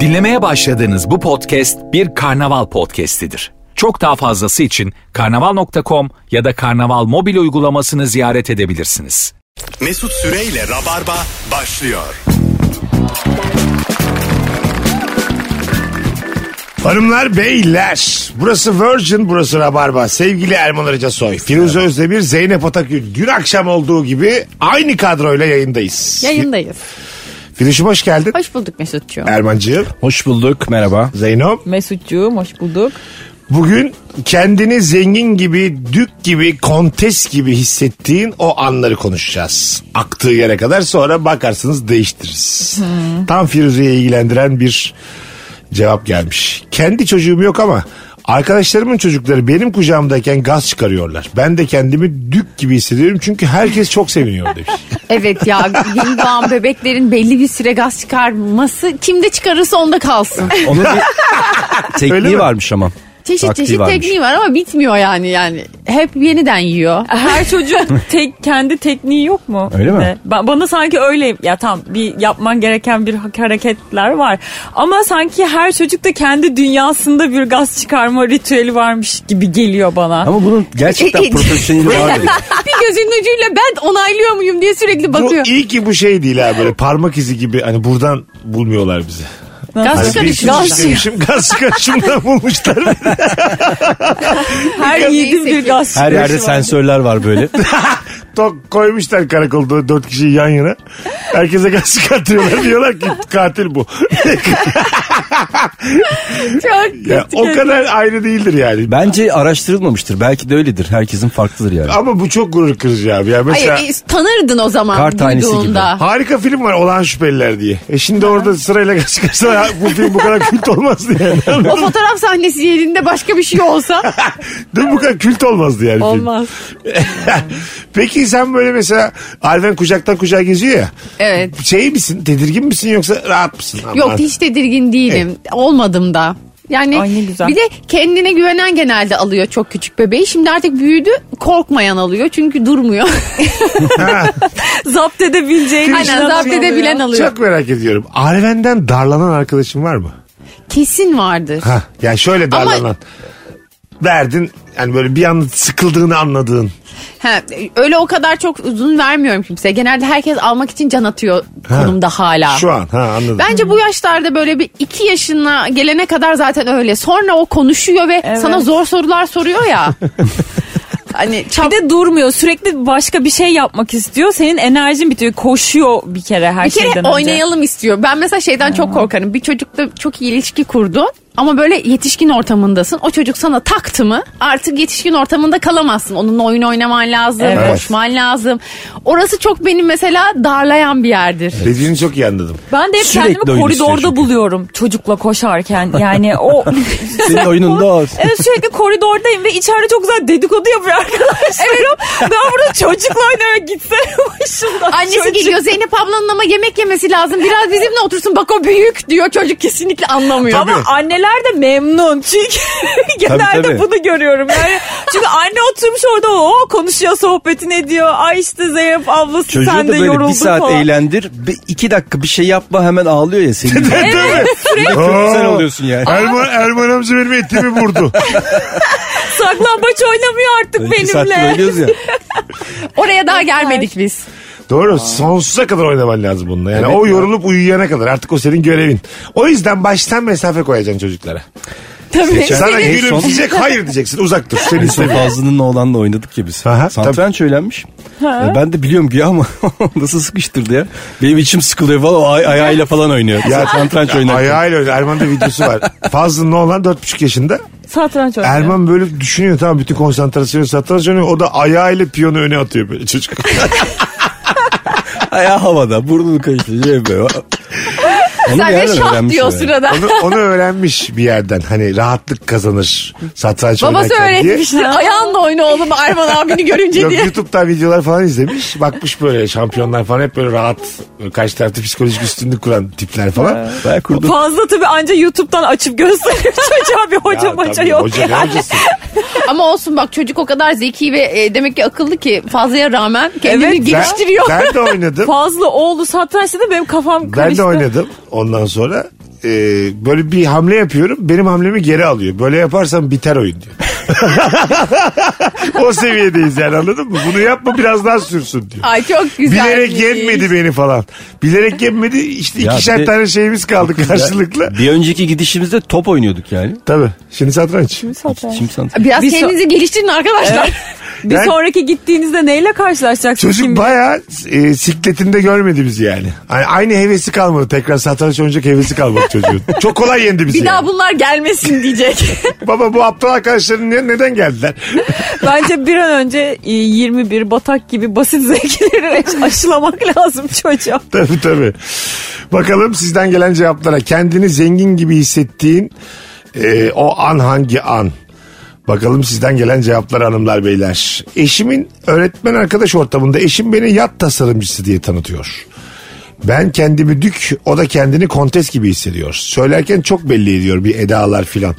Dinlemeye başladığınız bu podcast bir karnaval podcastidir. Çok daha fazlası için karnaval.com ya da karnaval mobil uygulamasını ziyaret edebilirsiniz. Mesut Süreyle Rabarba başlıyor. Hanımlar beyler burası Virgin burası Rabarba sevgili Erman Arıca Soy Firuze Özdemir Zeynep Atakül dün akşam olduğu gibi aynı kadroyla yayındayız. Yayındayız. Firuş'um hoş geldin. Hoş bulduk Mesutcuğum. Er- Ermancığım, Hoş bulduk merhaba. Zeynom. Mesutcuğum hoş bulduk. Bugün kendini zengin gibi, dük gibi, kontes gibi hissettiğin o anları konuşacağız. Aktığı yere kadar sonra bakarsınız değiştiririz. Tam Firuze'yi ilgilendiren bir cevap gelmiş. Kendi çocuğum yok ama arkadaşlarımın çocukları benim kucağımdayken gaz çıkarıyorlar. Ben de kendimi dük gibi hissediyorum çünkü herkes çok seviniyor demiş. Evet ya yeni doğan bebeklerin belli bir süre gaz çıkarması kimde çıkarırsa onda kalsın. Onun bir Öyle mi? tekniği varmış ama. Çeşit Taktiği çeşit varmış. tekniği var ama bitmiyor yani yani. Hep yeniden yiyor. Her çocuğun tek kendi tekniği yok mu? Öyle mi? Ne? Ba- bana sanki öyle ya tam bir yapman gereken bir hak- hareketler var. Ama sanki her çocukta kendi dünyasında bir gaz çıkarma ritüeli varmış gibi geliyor bana. Ama bunun gerçekten profesyoneli var. dedi. bir gözünün ucuyla ben onaylıyor muyum diye sürekli bu bakıyor. iyi ki bu şey değil ha böyle parmak izi gibi hani buradan bulmuyorlar bizi. Gaz Hani bir çıkarışıyor. şey gaz demişim gaz çıkarışımdan bulmuşlar. her yiğidin bir gaz şey Her çıkarışı yerde var. sensörler var böyle. Tok koymuşlar karakolda dört kişiyi yan yana. Herkese gaz çıkartıyorlar. Diyorlar ki katil bu. Çok Ya, o kadar aynı değildir yani. Bence araştırılmamıştır. Belki de öyledir. Herkesin farklıdır yani. Ama bu çok gurur kırıcı abi. Ya Ay, mesela e, tanırdın o zaman Kar tanesi gibi. duyduğunda. harika film var Olağan Şüpheliler diye. E şimdi orada sırayla gaz çıkarsa ha, bu film bu kadar kült olmazdı yani. O fotoğraf sahnesi yerinde başka bir şey olsa Değil mi? Bu kadar kült olmazdı yani film. Olmaz. Peki sen böyle mesela Alven kucaktan kucağa geziyor ya. Evet. Şey misin tedirgin misin yoksa rahat mısın? Yok Aman. hiç tedirgin değilim. Olmadım da. Yani Ay ne güzel. bir de kendine güvenen genelde alıyor çok küçük bebeği. Şimdi artık büyüdü korkmayan alıyor çünkü durmuyor. Zapt edebileceğin. Kim Aynen zapt Hani edebilen alıyor. Çok merak ediyorum. Alven'den darlanan arkadaşın var mı? Kesin vardır. Ha, yani şöyle Ama- darlanan. Verdin yani böyle bir anda sıkıldığını anladığın. Ha, öyle o kadar çok uzun vermiyorum kimseye. Genelde herkes almak için can atıyor Ha. konumda Ah. hala. Şu an ha anladım. Bence Hmm. bu yaşlarda böyle bir iki yaşına gelene kadar zaten öyle. Sonra o konuşuyor ve Evet. sana zor sorular soruyor ya. hani Bir çap de durmuyor. Sürekli başka bir şey yapmak istiyor. Senin enerjin bitiyor. Koşuyor bir kere her bir kere şeyden önce. oynayalım istiyor. Ben mesela şeyden çok korkarım. Bir çocukla çok iyi ilişki kurdu ama böyle yetişkin ortamındasın. O çocuk sana taktı mı artık yetişkin ortamında kalamazsın. Onunla oyun oynaman lazım, Evet. koşman lazım. Orası çok benim mesela darlayan bir yerdir. Dediğini çok iyi anladım. Ben de hep Sürekli kendimi oyun istiyor koridorda çünkü. buluyorum çocukla koşarken. Yani o Senin oyununda o. Evet sürekli koridordayım ve içeride çok güzel dedikodu yapıyor arkadaşlarım. Ben burada çocukla oynayarak gitsene başımdan. Annesi Çocuk- geliyor Zeynep ablanın ama yemek yemesi lazım. Biraz bizimle otursun bak o büyük diyor. Çocuk kesinlikle anlamıyor. Ama anneler de memnun çünkü genelde Tabii, tabii. bunu görüyorum. Yani çünkü anne oturmuş orada o konuşuyor sohbetini ediyor. Ay işte Zeynep ablası Çocuğu sen de da böyle yoruldun bir saat falan. eğlendir. Bir, iki dakika bir şey yapma hemen ağlıyor ya senin. gibi. Bir de Çok güzel oluyorsun yani. Erman, Erman amca benim etimi vurdu. Saklambaç oynamıyor artık İki saattir benimle. oynuyoruz ya. Oraya daha gelmedik biz. Doğru sonsuza kadar oynaman lazım bununla. Yani Evet o ya. yorulup uyuyana kadar artık o senin görevin. O yüzden baştan mesafe koyacaksın çocuklara. Tabii. Geçen- Sana En son- gülümseyecek hayır diyeceksin uzak dur. Seni En son şey istemiyorum. Fazlı'nın oğlanla oynadık ya biz. Aha, Satranç öğrenmiş. Ya ben de biliyorum güya ama nasıl sıkıştırdı ya. Benim içim sıkılıyor falan. O ay- ayağıyla falan oynuyor. Ya, satranç oynarken. Ayağıyla öyle. Erman'da videosu var. Fazlının oğlan 4,5 yaşında. Satranç oynuyor. Erman böyle düşünüyor tamam bütün konsantrasyonu satranç oynuyor. O da ayağıyla piyonu öne atıyor böyle çocuk. Ayağı havada. Burnunu karıştırıyor. Onu bir Sadece yerden şah öğrenmiş diyor o herhalde. sırada. Onu, onu öğrenmiş bir yerden. Hani rahatlık kazanır satranç Babası oynarken diye. öğretmiştir. Ayağınla oyna oğlum Erman abini görünce Yok diye. YouTube'da videolar falan izlemiş. Bakmış böyle şampiyonlar falan hep böyle rahat. Böyle karşı tarafta psikolojik üstünlük kuran tipler falan. Ben kurdum. Fazla tabii anca YouTube'dan açıp gösteriyor çocuğa bir hoca Ya hoca tabii, yok. Hoca ne hocası? Ama olsun bak çocuk o kadar zeki ve e, demek ki akıllı ki fazlaya rağmen kendini Evet. Ben, geliştiriyor. ben de oynadım. Fazla oğlu satrançta da benim kafam karıştı. ben de oynadım. Ondan sonra e, böyle bir hamle yapıyorum. Benim hamlemi geri alıyor. Böyle yaparsam biter oyun diyor. o seviyedeyiz yani anladın mı? Bunu yapma biraz daha sürsün diyor. Ay çok güzel. şey. Bilerek yenmedi beni falan. Bilerek yenmedi işte Ya bir ikişer de- tane şeyimiz kaldı karşılıklı. Bir önceki gidişimizde top oynuyorduk yani. Tabii. Şimdi satranç. Şimdi sen Biraz Bir so- kendinizi geliştirin arkadaşlar. Bir Ben- sonraki gittiğinizde neyle karşılaşacaksınız Çocuk şimdi? bayağı e, sikletinde görmedi bizi yani. Hani aynı hevesi kalmadı. Tekrar satranç oynayacak hevesi kalmadı çocuğun. Çok kolay yendi bizi. Bir daha yani. bunlar gelmesin diyecek. Baba bu aptal arkadaşların ne- neden geldiler? Bence bir an önce e, 21 batak gibi basit zevkleri aşılamak lazım çocuğa. tabii tabii. Bakalım sizden gelen cevaplara. Kendini zengin gibi hissettiğin e, o an hangi an? Bakalım sizden gelen cevaplar hanımlar beyler. Eşimin öğretmen arkadaş ortamında eşim beni yat tasarımcısı diye tanıtıyor. Ben kendimi dük, o da kendini kontes gibi hissediyor. Söylerken çok belli ediyor bir edalar filan.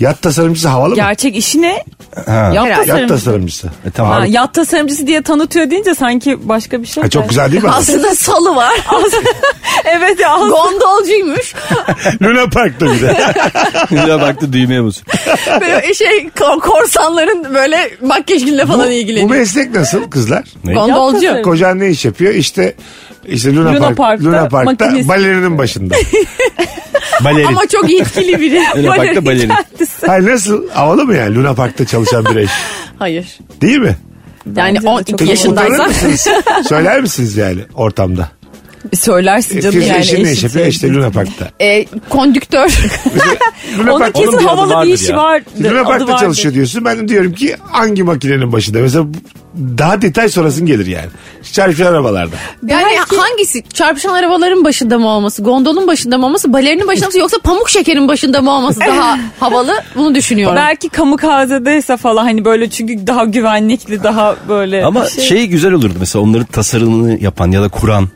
Yat tasarımcısı havalı mı? Gerçek işi ne? Yat Yat tasarımcısı. tasarımcısı. E, tamam. Ha, yat tasarımcısı diye tanıtıyor deyince sanki başka bir şey. Ha, çok güzel değil mi? Aslında salı var. Evet ya. Gondolcuymuş. Luna Park'ta bir de. Güzel baktı düğmeye basıyor. Böyle şey ko- korsanların böyle makyajıyla bu, falan bu ilgileniyor. meslek nasıl kızlar? Gondolcu. Yapmasın. Kocan ne iş yapıyor? İşte işte Luna, Luna Park, Park'ta Luna Park'ta makinist. balerinin başında. Balerin. Ama çok yetkili biri. Luna Park'ta Balerin balerin. kendisi. Hayır nasıl? Havalı mı yani Luna Park'ta çalışan bir eş? Hayır. Değil mi? Yani Bence de 12 çok Utanır yaşındaysa. mısınız? Söyler misiniz yani ortamda? Söylersin canım Firuze yani. eşin ne iş eşit yapıyor? sevgili. İşte Luna Park'ta. E, kondüktör. Luna Onun Park'ta, kesin bir adı havalı vardır bir işi ya. var. Luna Park'ta çalışıyor diyorsun. Ben de diyorum ki hangi makinenin başında? Mesela bu- daha detay sorasın gelir yani. Çarşı arabalarda. Yani hangisi? Çarpışan arabaların başında mı olması, gondolun başında mı olması, balerinin başında mı olması yoksa pamuk şekerin başında mı olması daha havalı? Bunu düşünüyorum. Belki kamikazedeyse falan hani böyle çünkü daha güvenlikli daha böyle. Ama şey... güzel olurdu mesela onların tasarımını yapan ya da kuran.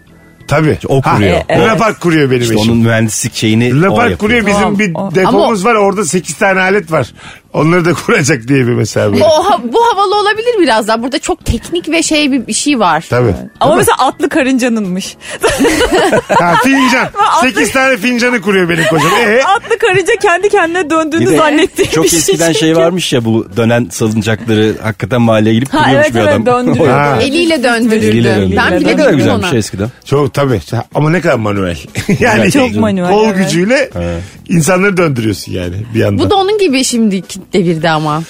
Tabii. O kuruyor. e, Luna evet. Park kuruyor benim İşte eşim. onun mühendislik şeyini Luna o Park yapıyor. kuruyor bizim Tamam, bir o- depomuz var orada 8 tane alet var. Onları da kuracak diye bir mesela böyle. O ha- bu havalı olabilir biraz daha. Burada çok teknik ve şey bir, bir şey var. Tabii. Ama mesela atlı karıncanınmış. Ha, fincan. 8 tane fincanı kuruyor benim kocam. Ee, atlı karınca kendi kendine Bir döndüğünü de zannettiğim çok bir şey. eskiden şey çünkü. varmış ya bu dönen salıncakları hakikaten mahalleye gelip Ha, kuruyormuş evet, bir evet, adam. döndürüyor. O- Ha. Eliyle döndürüldü. Eliyle Ben bile döndürüyor. Ne kadar bilmiyorum güzelmiş ona. şey eskiden. çok tabii. Ama ne kadar manuel. yani Çok manuel, Kol evet. gücüyle insanları döndürüyorsun yani bir yandan. Bu Bu, da onun gibi şimdiki devirde ama.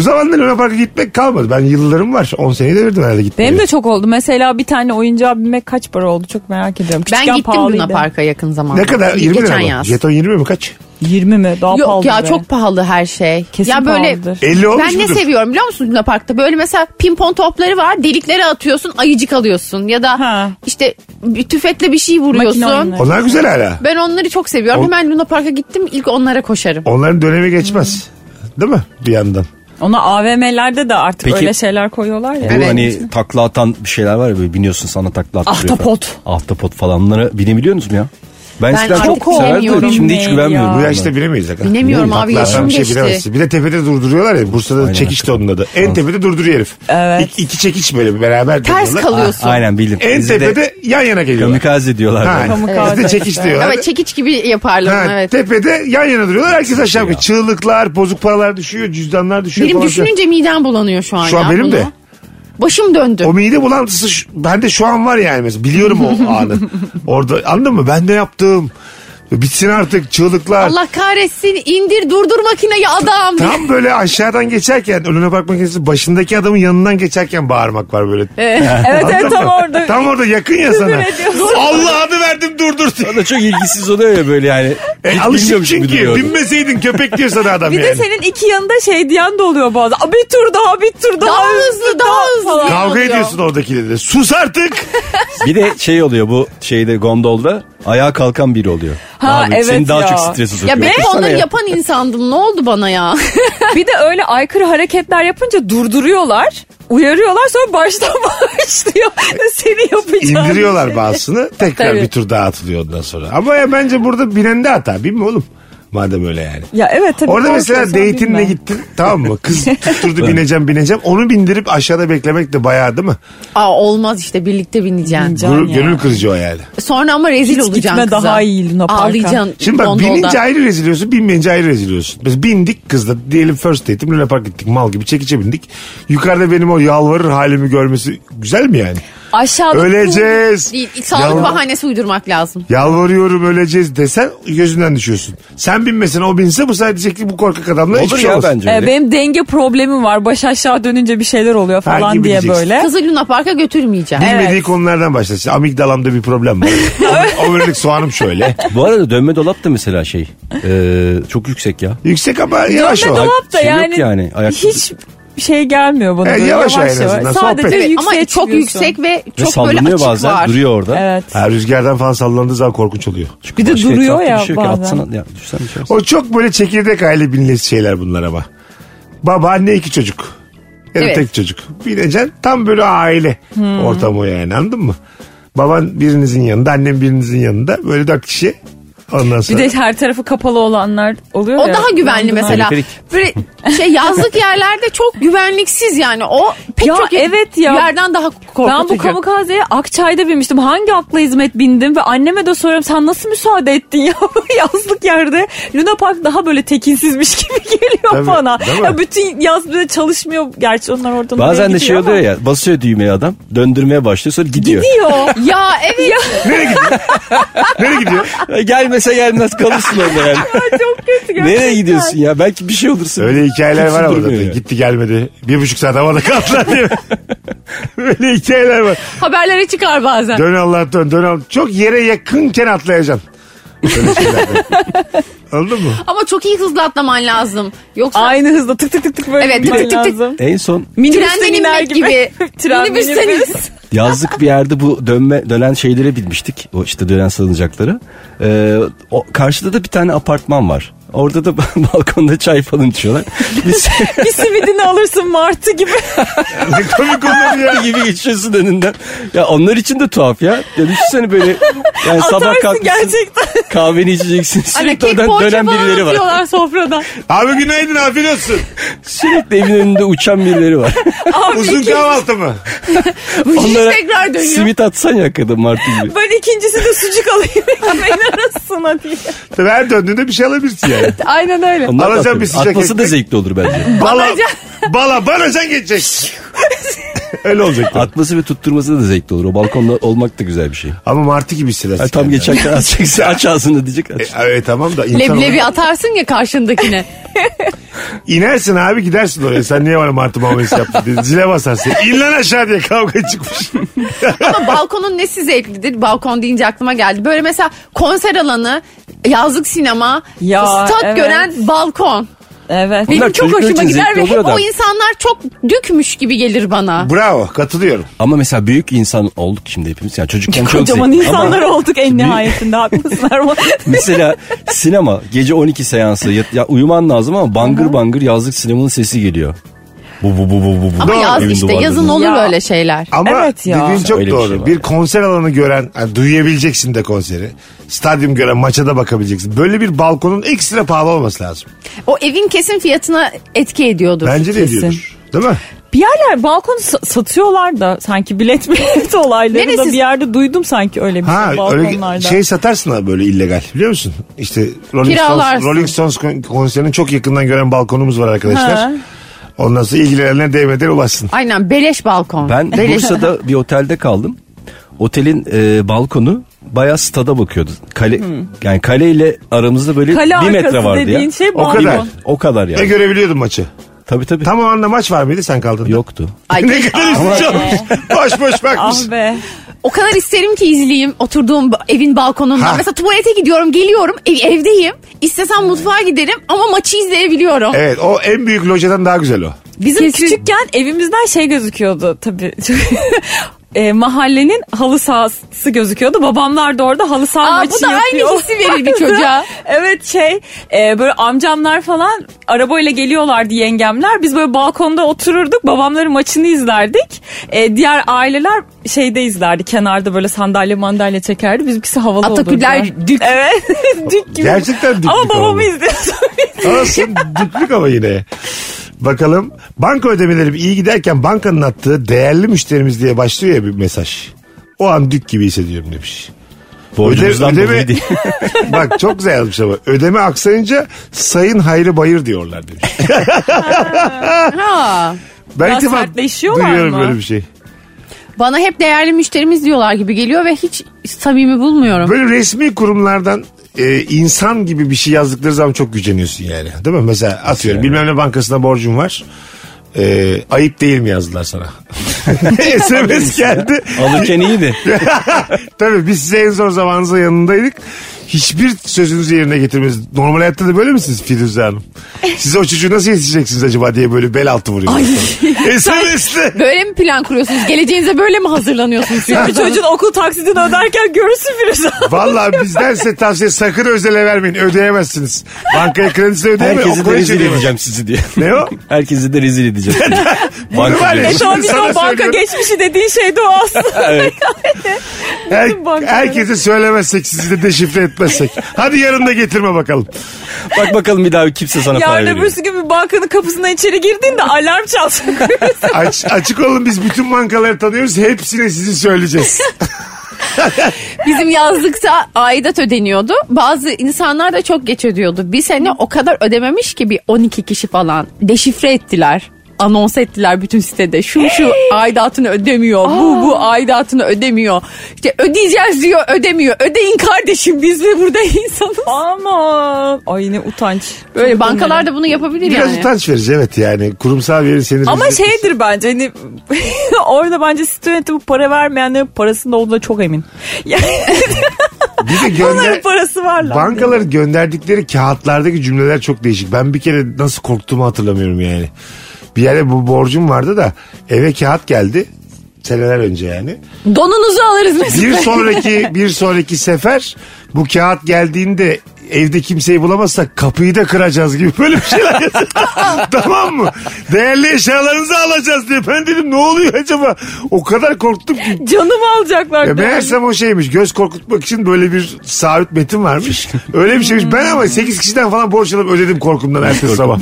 zamanda Luna Park'a gitmek kalmadı. Ben yıllarım var. 10 seneyi devirdim herhalde gitmeye. Benim de çok oldu. Mesela bir tane oyuncağa binmek kaç para oldu? Çok merak ediyorum. Ben Küçükken gittim pahalıydı. Luna Park'a yakın zamanda. Ne kadar? 20 Geçen lira mı? yaz. Jeton 20 mi kaç? 20 mi? Daha Yok pahalı. ya be. çok pahalı her şey. Kesin ya böyle pahalıdır. 50 olmuş ben ne mudur? seviyorum biliyor musun Luna Park'ta? Böyle mesela pimpon topları var. Deliklere atıyorsun, ayıcık alıyorsun ya da Ha. işte bir tüfekle bir şey Makine vuruyorsun. oyunları. Onlar güzel hala. Ben onları çok seviyorum. O- Hemen Luna Park'a gittim ilk onlara koşarım. Onların dönemi geçmez. Hmm. Değil mi? Bir yandan. Ona AVM'lerde de artık Peki- öyle şeyler koyuyorlar ya. Bu hani takla atan bir şeyler var ya böyle biniyorsun sana takla attırıyor. falan. Ahtapot. Ahtapot falan bunlara binebiliyor musunuz ya? Ben, eskiden artık çok severdim binemiyorum. şimdi hiç Neydi güvenmiyorum. ya? Bu bunlara. yaşta bilemeyiz. hakikaten. Bilemiyorum Bilmiyorum, abi takla yaşım Sen bir şey geçti. bilemezsin. Bir de tepede durduruyorlar ya. Bursa'da çekişti onun adı. En tepede durduruyor herif. Evet. İki, iki çekiç böyle beraber Ters durduruyorlar. kalıyorsun. Aynen bildim. En Bizde de tepede yan yana geliyorlar. Kamikaze diyorlar. Ha, böyle. Kamikaze. bizde çekiç diyorlar. Evet çekiç gibi yaparlar Ha, onu, evet. Tepede yan yana duruyorlar. Herkes aşağı bakıyor. Çığlıklar, bozuk paralar düşüyor, cüzdanlar düşüyor. Benim falan. düşününce midem bulanıyor şu an Şu an ya benim bunu. de. Başım döndü. O mide bulantısı şu- bende şu an var yani mesela. Biliyorum o anı. Orada anladın mı? Ben de yaptım. Bitsin artık çığlıklar. Allah kahretsin indir durdur makineyi adam. Tam böyle aşağıdan geçerken önüne bakmak makinesi başındaki adamın yanından geçerken bağırmak var böyle. evet evet tam orada. Tam orada yakın ya sana. ediyorsun. Allah adı verdim durdur. olur diye. Bana çok ilgisiz oluyor ya böyle yani. E, Hiç alışık bilmiyormuş gibi çünkü. duruyorum. Binmeseydin köpek diyor sana adam Bir yani. de senin iki yanında şey diyen de oluyor bazen. "Aa, Bir tur daha bir tur daha, Daha hızlı, daha hızlı." falan. Kavga oluyor. ediyorsun oradakilerle. Sus artık. Bir de şey oluyor bu şeyde gondolda ayağa kalkan biri oluyor. Ha, Abi, evet Seni daha ya. çok stresi sokuyor. Ya ben Baksana onu ya. yapan insandım. Ne oldu bana ya? Bir de öyle aykırı hareketler yapınca durduruyorlar. Uyarıyorlar sonra baştan başlıyor. Seni yapacağım. İndiriyorlar bazısını. Tekrar Tabii. bir tur daha atılıyor ondan sonra. Ama ya bence burada binen de hata. Bilmiyorum oğlum. Madem öyle yani. Ya evet tabii. Orada mesela korkuyorsan date'inle bilmem. gittin tamam mı? Kız tutturdu bineceğim bineceğim. Onu bindirip aşağıda beklemek de bayağı değil mi? Aa olmaz işte birlikte bineceğim. Bineceğim. Gurur- ya. gönül kırıcı o yani. Sonra ama rezil Hiç olacaksın gitme kıza. daha iyi Luna Park'a. Ağlayacaksın. Şimdi bak gondolda. binince ayrı rezil oluyorsun, binmeyince ayrı rezil oluyorsun. Biz bindik kızla diyelim first date'im Luna Park gittik mal gibi çekiçe bindik. Yukarıda benim o yalvarır halimi görmesi güzel mi yani? Aşağılık E, Öleceğiz. Değil, sağlık Yalvar- bahanesi uydurmak lazım. Yalvarıyorum öleceğiz desen gözünden düşüyorsun. Sen binmesen o binse bu sefer diyecek ki bu korkak adamla hiçbir Olur şey ya olmaz. bence Ee, öyle. benim denge problemim var. Baş aşağı dönünce bir şeyler oluyor Her falan gibi diye diyeceksin. böyle. Kızı Luna Park'a götürmeyeceğim. Bilmediği konulardan başlasın. Amigdalamda bir problem var. Omurilik soğanım şöyle. Bu arada dönme dolap da mesela şey e, çok yüksek ya. Yüksek ama yavaş Dönme ol. dolap da Şey yok yani, yani, ayakta- hiç şey gelmiyor bana. E, böyle, yavaş en azından, Sadece sohbet. yükseğe Ama çok çıkıyorsun. yüksek ve Ve çok böyle sallanıyor açık bazen var. duruyor orada. Evet. Ha, rüzgardan falan sallandığı zaman korkunç oluyor. Çünkü Bir de başka duruyor etrafta ya bir şey yok bazen. Atsana, ya, düşsen düşersin. O çok böyle çekirdek aile binilesi şeyler bunlar ama. Baba anne iki çocuk. Ya da Evet. tek çocuk. Bineceksin tam böyle aile Hmm. ortamı o yani anladın mı? Baban birinizin yanında annem birinizin yanında böyle dört kişi ondan Bir sonra. de her tarafı kapalı olanlar oluyor O ya. daha güvenli Yandılar. mesela. Elektrik. Böyle şey yazlık yerlerde çok güvenliksiz yani. O pek Ya çok evet ya. yerden daha Ben korkutucu. bu kamikazeye Akçay'da binmiştim. Hangi akla hizmet bindim ve anneme de soruyorum sen nasıl müsaade ettin ya bu yazlık yerde. Luna Park daha böyle tekinsizmiş gibi geliyor Tabii, bana. değil mi? Ya bütün yaz böyle çalışmıyor. Gerçi onlar oradan oraya Bazen de gidiyor şey oluyor ama- ya basıyor düğmeye adam döndürmeye başlıyor sonra gidiyor. Gidiyor. Ya evet. Nereye gidiyor? Gelmese gelmez kalırsın orada yani. Çok kötü gerçekten. Nereye gidiyorsun ya belki bir şey olursun. Öyle hikayeler var Kimse ama durmuyor zaten. ya. Gitti gelmedi. Bir buçuk saat havada kaldılar diye. Böyle hikayeler var. Haberlere çıkar bazen. Dön Allah dön dön Allah. Çok yere yakınken atlayacaksın. Öyle şeyler. Anladın mı? Ama çok iyi hızlı atlaman lazım. Yoksa Aynı hızda tık tık tık tık böyle Evet, gitmen tık tık tık. lazım. En son Trenden Minibüsten iner inmek gibi. gibi. Tren, Minibüsten minibüs. in- yazlık bir yerde bu dönme dönen şeylere binmiştik. O işte dönen salıncakları. Ee, o, karşıda da bir tane apartman var. Orada da balkonda çay falan içiyorlar. Biz Bir simidini alırsın martı gibi. Ne E, komik olur ya. gibi geçiyorsun önünden. Ya onlar için de tuhaf ya. Ya düşünsene böyle yani sabah Atarsın kalkmışsın gerçekten. kahveni içeceksin. Sürekli kek dönen, poğaça Hani dönen falan birileri var. atıyorlar sofradan. Abi günaydın afiyet olsun. Sürekli evin önünde uçan birileri var. Uzun kahvaltı mı? Onlara tekrar dönüyor. simit atsan ya kadın martı gibi. Ben ikincisi de sucuk alayım. Beni arasına diye. Tabii her döndüğünde bir şey alabilirsin yani. Aynen öyle. Onlar da Alacağım atıyor. bir sıcak Atması da ekmek. zevkli olur bence. Bala, bala banacan geçecek. Öyle olacak. Atması ve tutturması da zevkli olur. O balkonda olmak da güzel bir şey. Ama martı gibi hissedersin. Yani E, tam kendini. E, geçerken atacaksın aç ağzını diyecek. Aç. Evet tamam da insan Leblebi atarsın ya karşındakine. İnersin abi gidersin oraya. Sen niye bana martı muamelesi yaptın diye. Zile basarsın. İn lan aşağı diye kavga çıkmış. Ama balkonun nesi zevklidir? Balkon deyince aklıma geldi. Böyle mesela konser alanı, yazlık sinema, Ya, stat evet. gören balkon. Evet. Benim Bunlar çok çocuklar hoşuma için gider zevkli ve oluyor hep da. o insanlar çok dükmüş gibi gelir bana. Bravo katılıyorum. Ama mesela büyük insan olduk şimdi hepimiz. Yani çocukken çok Kocaman zevkli. Ama insanlar olduk en nihayetinde haklısın Erman. mesela sinema gece 12 seansı ya, ya uyuman lazım ama bangır bangır yazlık sinemanın sesi geliyor. Bu bu bu bu bu. bu. Ama Doğru. yaz Evin işte duvarlarında. yazın olur Ya. öyle şeyler. Ama Evet ya. dediğin çok Öyle bir doğru. Bir, şey var yani. konser alanı gören, yani duyabileceksin de konseri. Stadyum gören, maça da bakabileceksin. Böyle bir balkonun ekstra pahalı olması lazım. O evin kesin fiyatına etki ediyordur. Bence de kesin. ediyordur. Değil mi? Bir yerler balkonu sa- satıyorlar da sanki bilet bilet olayları da Neresi? bir yerde duydum sanki öyle bir Ha şey öyle balkonlarda. şey satarsın abi böyle illegal biliyor musun? İşte Rolling Stones, Kiralarsın. Rolling Stones kon- konserinin çok yakından gören balkonumuz var arkadaşlar. Ha. Ondan sonra ilgilenenler DM'den ulaşsın. Aynen beleş balkon. Ben beleş. Bursa'da bir otelde kaldım. Otelin e, balkonu bayağı stada bakıyordu. Kale yani kaleyle aramızda böyle Kale bir arkası metre vardı dediğin ya. şey O balkon. kadar. O kadar Ne yani. görebiliyordun maçı? Tabii tabii. Tam o anda maç var mıydı sen kaldın? Yoktu. Ay, ne kadar üstü çalmış. boş boş bakmış. Ah be. o kadar isterim ki izleyeyim oturduğum ba- evin balkonunda. Ha. Mesela tuvalete gidiyorum geliyorum ev- evdeyim. İstesem mutfağa giderim ama maçı izleyebiliyorum. Evet o en büyük locadan daha güzel o. Bizim Kesin. küçükken evimizden şey gözüküyordu tabii. E, mahallenin halı sahası gözüküyordu. Babamlar da orada halı saha Aa, maçı bu da aynı yapıyor. hissi verir bir çocuğa. evet şey e, böyle amcamlar falan arabayla geliyorlardı yengemler. Biz böyle balkonda otururduk babamların maçını izlerdik. E, diğer aileler şeyde izlerdi kenarda böyle sandalye mandalya çekerdi. Bizimkisi havalı Ataküller olurdu. dük. Evet dük gibi. Gerçekten dük Ama dük babamı oldu. izliyorsun. Olsun düklük ama yine. Bakalım banka ödemelerim iyi giderken bankanın attığı değerli müşterimiz diye başlıyor ya bir mesaj. O an dük gibi hissediyorum demiş. Borcumuzdan Öde- dolayı değil. Bak çok güzel yazmış ama. Ödeme aksayınca sayın hayrı bayır diyorlar demiş. Ha. Ben Biraz ilk defa sertleşiyorlar duyuyorum mı? böyle bir şey. Bana hep değerli müşterimiz diyorlar gibi geliyor ve hiç samimi bulmuyorum. Böyle resmi kurumlardan e, insan gibi bir şey yazdıkları zaman çok güceniyorsun yani. Değil mi? Mesela atıyorum bilmem ne bankasına borcum var. E, ayıp değil mi yazdılar sana? SMS geldi. Alırken iyiydi. Tabii biz size en zor zamanınızda yanındaydık. Hiçbir sözünüzü yerine getirmeniz. Normal hayatta da böyle misiniz Firuze Hanım? Siz o çocuğu nasıl yetişeceksiniz acaba diye böyle bel altı vuruyorsunuz. SMS'le. Böyle mi plan kuruyorsunuz? Geleceğinize böyle mi hazırlanıyorsunuz? siz? Bir çocuğun okul taksidini öderken görürsün Firuze. Valla bizden size tavsiye sakın özele vermeyin. Ödeyemezsiniz. Bankaya kredisi ödeyemeyin. Herkesi de okula hiç rezil ödeyemeyin. edeceğim sizi diye. Ne o? Herkesi de rezil edeceğim. var ya, Banka Şimdi Tam bir sana o banka söylüyorum. geçmişi dediğin şey de o aslında. Her, bankaları. herkese söylemezsek sizi de deşifre etmezsek. Hadi yarın da getirme bakalım. Bak bakalım bir daha kimse sana para Yarın veriyor. öbürsü gün bir bankanın kapısından içeri girdiğinde alarm çalsın. Aç, açık olun biz bütün bankaları tanıyoruz. Hepsine sizi söyleyeceğiz. Bizim yazlıkta aidat ödeniyordu. Bazı insanlar da çok geç ödüyordu. Bir sene o kadar ödememiş ki bir 12 kişi falan deşifre ettiler. Anons ettiler bütün sitede. Şu şu aidatını ödemiyor. Bu bu aidatını ödemiyor. İşte ödeyeceğiz diyor ödemiyor. Ödeyin kardeşim biz de burada insanız. Aman. Ay ne utanç. Böyle Çok bankalar üzüldüm. da bunu yapabilir Biraz yani. utanç verici evet yani. Kurumsal veri seni ama rezil etmiş. şeydir bence hani orada bence site yönetimi para vermeyenlerin parasında olduğuna çok emin. Yani Bir de onların gönder... parası var lan. Bankaları gönderdikleri kağıtlardaki cümleler çok değişik. Ben bir kere nasıl korktuğumu hatırlamıyorum yani. Bir yere bu borcum vardı da eve kağıt geldi. Seneler önce yani. Donunuzu alırız mesela. Bir sonraki bir sonraki sefer bu kağıt geldiğinde evde kimseyi bulamazsak kapıyı da kıracağız gibi böyle bir şeyler yazıyor. tamam mı? Değerli eşyalarınızı alacağız diye. Ben dedim ne oluyor acaba? O kadar korktum ki. Canımı alacaklar. Ya derler. meğersem o şeymiş göz korkutmak için böyle bir sabit metin varmış. Öyle bir şeymiş. Ben ama 8 kişiden falan borç alıp ödedim korkumdan ertesi sabah.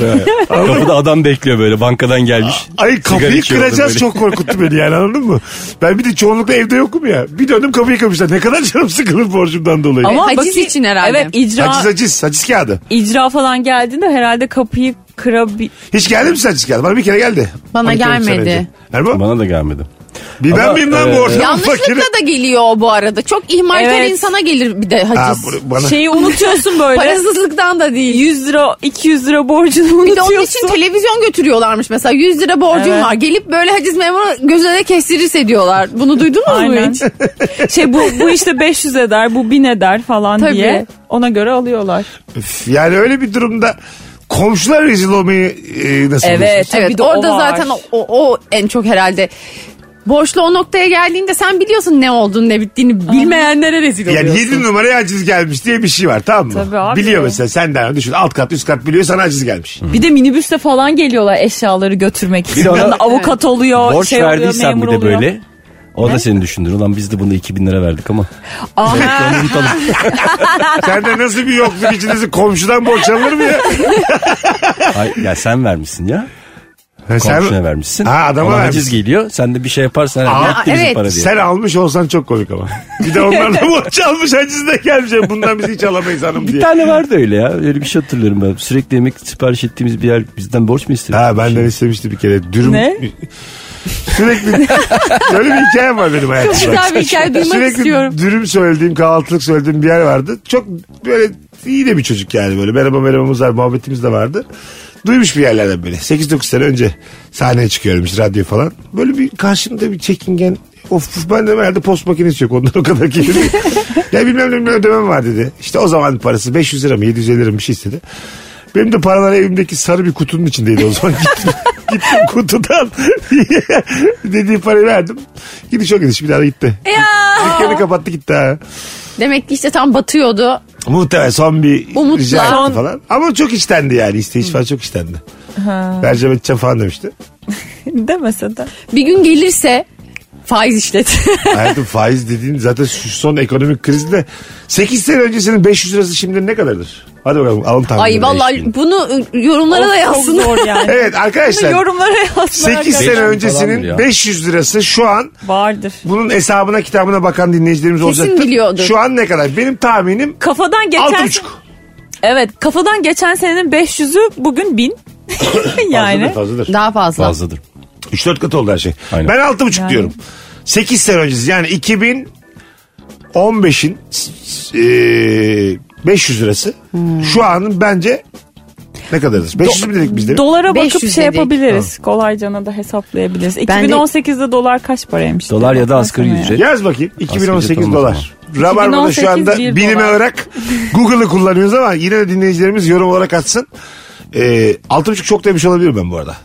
Kapıda adam bekliyor böyle bankadan gelmiş. Ay Sigara kapıyı içiyor orada kıracağız böyle. çok korkuttu beni yani anladın mı? Ben bir de çoğunlukla evde yokum ya. Bir döndüm kapıyı kırmışlar. Ne kadar canım sıkılır borcumdan dolayı. Ama Haciz için herhalde. Evet icra, Haciz haciz. Haciz kağıdı. icra falan geldiğinde herhalde kapıyı kırabil... Hiç geldi mi sen haciz kağıdı? Bana bir kere geldi. Bana 12 sene gelmedi. önce. Erman Bana da gelmedi. bir ben Ama, miyim lan bu e, ortamın Ee, fakiri? Yanlışlıkla da geliyor o bu arada. Çok ihmalkar Evet. insana gelir bir de Ha, haciz. bu- bana... Şeyi unutuyorsun böyle. Parasızlıktan da değil. 100 lira 200 lira borcunu unutuyorsun. Bir de onun için televizyon götürüyorlarmış mesela. 100 lira borcum Evet. var. Gelip böyle haciz memuru gözüne kestirirse diyorlar. Bunu duydunuz mu Aynen. hiç? şey bu, bu işte 500 eder bu 1000 eder falan Tabii. diye ona göre alıyorlar. Üf, Yani öyle bir durumda komşular rezil olmayı e, nasıl Evet. evet. Tabii evet de o orada var. zaten o, o- o en çok herhalde. Borçlu o noktaya geldiğinde sen biliyorsun ne olduğunu ne bittiğini bilmeyenlere rezil oluyorsun. Yani 7 numaraya haciz gelmiş diye bir şey var tamam mı? Tabii abi. Biliyor mesela senden düşün alt kat üst kat biliyor sana haciz gelmiş. Bir de minibüste falan geliyorlar eşyaları götürmek için. de ona Yanında avukat oluyor, Borç şey oluyor, verdiysen memur bir de oluyor. böyle. O da seni düşündürür. Ulan biz de bunu 2000 lira verdik ama. Aa, Unutalım. Sende nasıl bir yokluk içindesin komşudan borç alınır mı ya? Ay, ya sen vermişsin ya. Ha, sen- Komşuna vermişsin. Ha adama Ona vermişsin. haciz geliyor. Sen de bir şey yaparsan Aa, herhalde gitti bizim evet. para diye. Sen almış olsan çok komik ama. Bir de onlar da borç almış haciz de gelmiş. Bundan biz hiç alamayız hanım Bir diye. tane vardı öyle ya. Öyle bir şey hatırlıyorum ben. Sürekli yemek sipariş ettiğimiz bir yer bizden borç mu istiyor? Ha benden istemişti bir kere. Dürüm. Ne? Sürekli böyle bir hikayem var benim hayatımda. Çok güzel bir hikaye duymak Sürekli istiyorum. dürüm söylediğim, kahvaltılık söylediğim bir yer vardı. Çok böyle iyi de bir çocuk yani böyle. Merhaba merhabamız var, muhabbetimiz de vardı. Duymuş bir yerlerden böyle. 8-9 sene önce sahneye çıkıyorum işte radyo falan. Böyle bir karşımda bir çekingen Of of, ben de herhalde post makinesi yok ondan o kadar gelir. ya bilmem ne bilmem ödemem var dedi. İşte o zaman parası 500 lira mı 750 lira mı bir şey istedi. Benim de paralar evimdeki sarı bir kutunun içindeydi o zaman. Gittim, gittim kutudan dediği parayı verdim. Gidiş o gidiş bir daha da gitti. Dükkanı kapattı gitti ha. Demek ki işte tam batıyordu. Muhtemelen son bir Umutla. rica etti Son- falan. Ama çok istendi yani isteyiş falan çok istendi. Vereceğim edeceğim falan demişti. Demese de. Bir gün gelirse faiz işlet. Hayatım faiz dediğin zaten şu son ekonomik krizde 8 sene öncesinin 500 lirası şimdi ne kadardır? Hadi bakalım alın tahminini. Ay vallahi 5000. bunu yorumlara da Çok yazsın. zor yani. Evet arkadaşlar Yorumlara yazsın. 8 sene Beş bin öncesinin falandır ya. 500 lirası şu an Vardır. bunun hesabına kitabına bakan dinleyicilerimiz Kesin olacaktır. biliyordur. Şu an ne kadar? Benim tahminim Kafadan geçen 6,5. Evet kafadan geçen senenin 500'ü bugün 1000. Yani. yani. Fazladır Daha fazla. Fazladır. 3-4 kat oldu her şey. Aynen. Ben 6,5 diyorum. 8 sene öncesi yani 2015'in eee 500 e, lirası Hmm. şu anın bence ne kadardır? 500 mi dedik biz de? Dolara bakıp 500 şey dedik. yapabiliriz. Kolaycana da hesaplayabiliriz. Ben de- 2018'de dolar kaç paraymış? Dolar ya da Bakmasana asgari ya. ücret. Yaz bakayım. 2018 Asgari dolar. Rabarba'da şu 2018 anda bir bilimi dolar. olarak Google'ı kullanıyoruz ama yine de dinleyicilerimiz yorum olarak atsın. Eee 6,5 çok demiş olabilirim ben bu arada.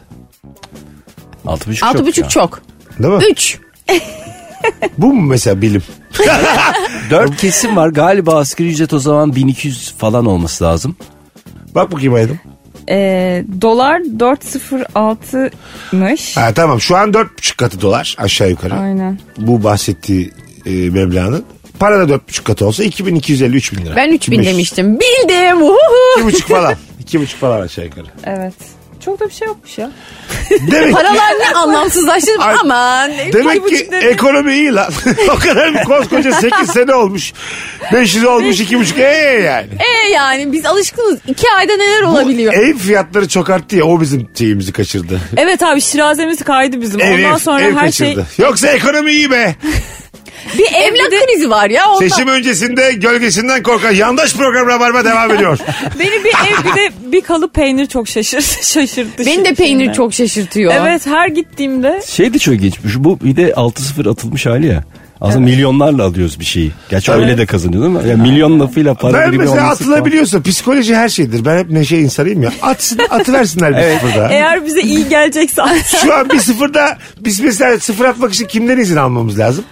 Altı buçuk Altı çok buçuk ya. çok. Değil mi? Üç. Bu mu mesela bilim? Dört kesim var. Galiba asgari ücret o zaman 1200 falan olması lazım. Bak bakayım hayatım. Ee, dolar 4.06'mış. Ha, tamam şu an 4,5 katı dolar aşağı yukarı. Aynen. bu bahsettiği e, meblağının para da 4,5 katı olsa 2250 3000 lira. Ben üç bin 2500. demiştim. Bildim. Huhu. 2,5 falan. 2,5 falan aşağı yukarı. Evet. Çok da bir şey yokmuş ya. Demek Paralar ne anlamsızlaştı. Ay, Aman. Demek iki ki buçuk dedi. ekonomi iyi lan. o kadar bir koskoca 8 sene olmuş. 500 olmuş 2,5 ee yani. E yani biz alışkınız. İki ayda neler olabiliyor. Ev fiyatları çok arttı ya o bizim şeyimizi kaçırdı. Evet abi şirazemiz kaydı bizim. Ev, Ondan ev, sonra ev her şey- kaçırdı. şey- Yoksa ekonomi iyi be. bir emlak krizi var ya. Ondan. Seçim öncesinde gölgesinden korkan yandaş program Rabarba devam ediyor. şey. Beni bir ev bir de bir kalıp peynir çok şaşırttı. şaşırttı Beni de şimdi. peynir çok şaşırtıyor. Evet her gittiğimde Şey de çok ilginç. Şu- Bu bir de 6-0 atılmış hali ya. Aslında milyonlarla alıyoruz bir şeyi. Gerçi öyle de kazanıyor ama ya milyon lafıyla para ben birimi mesela olması falan. atılabiliyorsa psikoloji her şeydir. Ben hep neşe insanıyım ya. Atsın, atıversinler bir sıfırda. eğer bize iyi gelecekse Şu an bir sıfırda biz mesela sıfır atmak için kimden izin almamız lazım?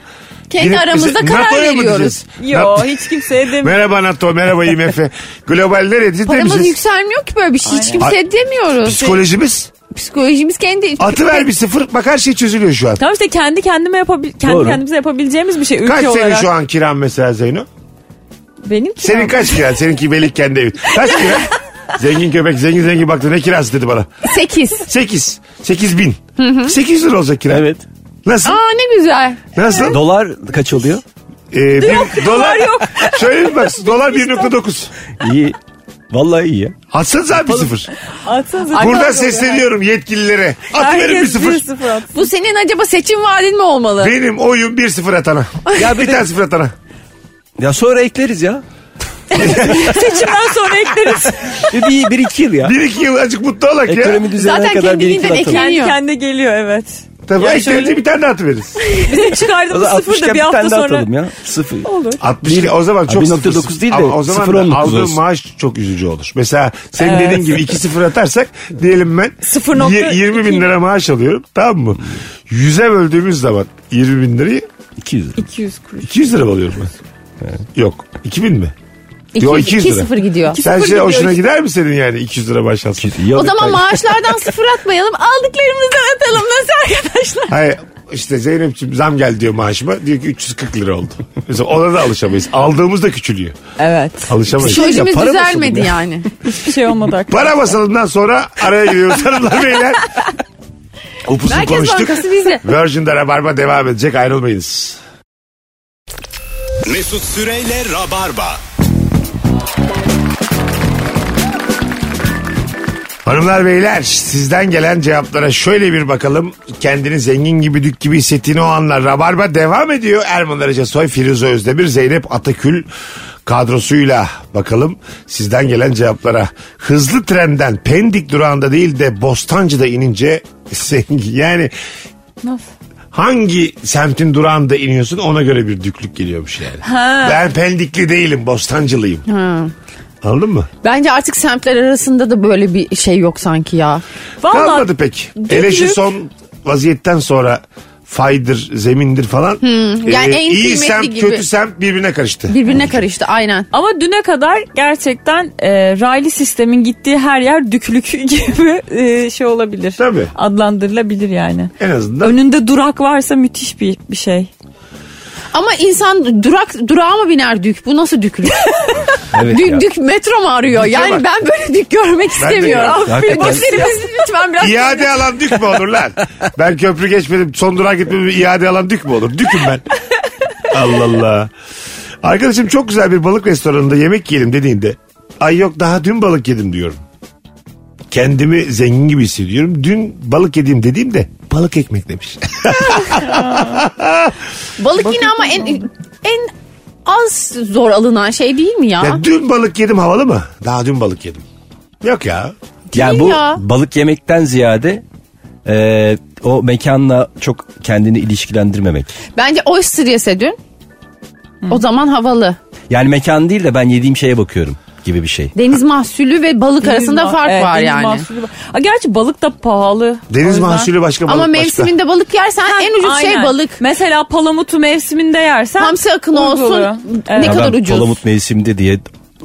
Kendi Gidip aramızda mesela karar NATO'ya mı veriyoruz. diyeceğiz? Yo Na- hiç kimseye demiyorum. merhaba NATO, merhaba IMF. Global nereye diyeceğiz Paramız demeyeceğiz. yükselmiyor ki böyle bir şey. Hiç kimse demiyoruz. Psikolojimiz. Psikolojimiz kendi. Atıver bir sıfır. Bak her şey çözülüyor şu an. Tamam işte kendi kendime yapabil kendi Doğru. kendimize yapabileceğimiz bir şey ülke Kaç olarak. senin şu an kiran mesela Zeyno? Benim kiram. Senin kaç kiran? Seninki belik kendi evin. Kaç kiran? zengin köpek zengin zengin baktı ne kirası dedi bana. 8. Sekiz. Sekiz bin. Sekiz lira olacak kira. Evet. Nasıl? Aa ne güzel. Nasıl? Dolar kaç oluyor? Ee, bir- dolar yok. Şöyle bir bak. Dolar 1.9. İyi. Vallahi iyi ya. Atsanıza abi bir sıfır. Atsanıza. Buradan Herkes sesleniyorum yetkililere. Atıverin bir Herkes sıfır. bir sıfır at. Bu senin acaba seçim vaadin mi olmalı? Benim oyun 1-0 atana. Ya bir tane 0 atana. Ya sonra ekleriz ya. Seçimden sonra ekleriz. Bir, bir, bir iki yıl ya. 1-2 yıl azıcık mutlu olak ya. Ekonomi düzenine Zaten kadar bir iki kendiliğinden yıl atalım. kendi Geliyor. kendine geliyor evet. Tabii Ya ay, şöyle- gelince bir tane daha atıveririz. Bizim O çıkardığımız zaman sıfır 60'a da bir bir tane hafta daha sonra. atalım ya. Sıfır. Olur. 60 o zaman Ha, çok 1.9 sıfırsın. değil de Ama o zaman 0.19 da aldığın olsun. maaş çok üzücü olur. Mesela senin dediğin gibi 2-0 atarsak diyelim ben 0.2 y- 20 bin lira maaş alıyorum tamam mı? 100'e böldüğümüz zaman 20 bin lirayı 200 lira. 200 kuruş. 200 lira mı alıyorum ben. Yok 2000 mi? Yo, 200 lira. 0 gidiyor. Sen şey gidiyor hoşuna işte. gider mi senin yani 200 lira maaş alsın? İyi O olur. zaman maaşlardan sıfır atmayalım. Aldıklarımızdan atalım nasıl arkadaşlar? Hayır işte Zeynep'ciğim zam geldi diyor maaşıma. Diyor ki 340 lira oldu. Mesela ona da alışamayız. Aldığımız da küçülüyor. Evet. Alışamayız. Şey Psikolojimiz para basıldı düzelmedi ya. yani. Hiçbir şey olmadı arkadaşlar. Para basalımdan sonra araya giriyoruz hanımlar beyler. Upus'u Merkez konuştuk. Bankası bizde. Virgin'de Rabarba devam edecek ayrılmayınız. Mesut Süreyle Rabarba. Hanımlar beyler sizden gelen cevaplara şöyle bir bakalım. Kendini zengin gibi dük gibi hissettiğin o anlar Rabarba devam ediyor. Erman Arıca Soy, Firuze Özdemir, Zeynep Atakül kadrosuyla bakalım sizden gelen cevaplara. Hızlı trenden Pendik durağında değil de Bostancı'da inince zengin. Yani Nasıl? hangi semtin durağında iniyorsun ona göre bir düklük geliyormuş yani. Ben pendikli değilim bostancılıyım. Anladın mı? Bence artık semtler arasında da böyle bir şey yok sanki ya. Vallahi Kalmadı pek. Hele şu son vaziyetten sonra faydır, zemindir falan. Hmm, e, yani en iyi kıymetli semt, gibi. kötü semt birbirine karıştı. Birbirine karıştı aynen. Ama düne kadar gerçekten e, raylı sistemin gittiği her yer düklük gibi e, şey olabilir. Tabii. Adlandırılabilir yani. En azından Önünde durak varsa müthiş bir, bir şey. Ama insan durak durağa mı biner dük? Bu nasıl düklük? Evet ya. dük, dük metro mu arıyor? Düke yani bak. ben böyle dük görmek istemiyorum. görmüyorum. Affedin. Hakikaten. Başlarımız lütfen biraz İade alan dük mü olur lan? Ben köprü geçmedim son durağa gitmedim iade alan dük mü olur? Düküm ben. Allah Allah. Arkadaşım çok güzel bir balık restoranında yemek yiyelim dediğinde ay yok daha dün balık yedim diyorum. Kendimi zengin gibi hissediyorum. Dün balık yediğim dediğimde balık ekmek demiş. Balık yine ama en en az zor alınan şey değil mi ya? Ya dün balık yedim havalı mı? Daha dün balık yedim. Yok ya. Yani bu ya. balık yemekten ziyade e, o mekanla çok kendini ilişkilendirmemek. Bence oyster yese dün. O zaman havalı. Yani mekan değil de ben yediğim şeye bakıyorum gibi bir şey. Deniz mahsulü ve balık arasında Deniz ma- fark evet, var deniz yani. mahsulü var. Aa, Gerçi balık da pahalı. O Deniz yüzden- mahsulü başka balık Ama başka. mevsiminde balık yersen en ucuz şey Aynen. balık. Mesela palamutu mevsiminde yersen. Hamsi akını uygun olsun. oluyor. Ne Ya kadar ben ucuz. Palamut mevsiminde diye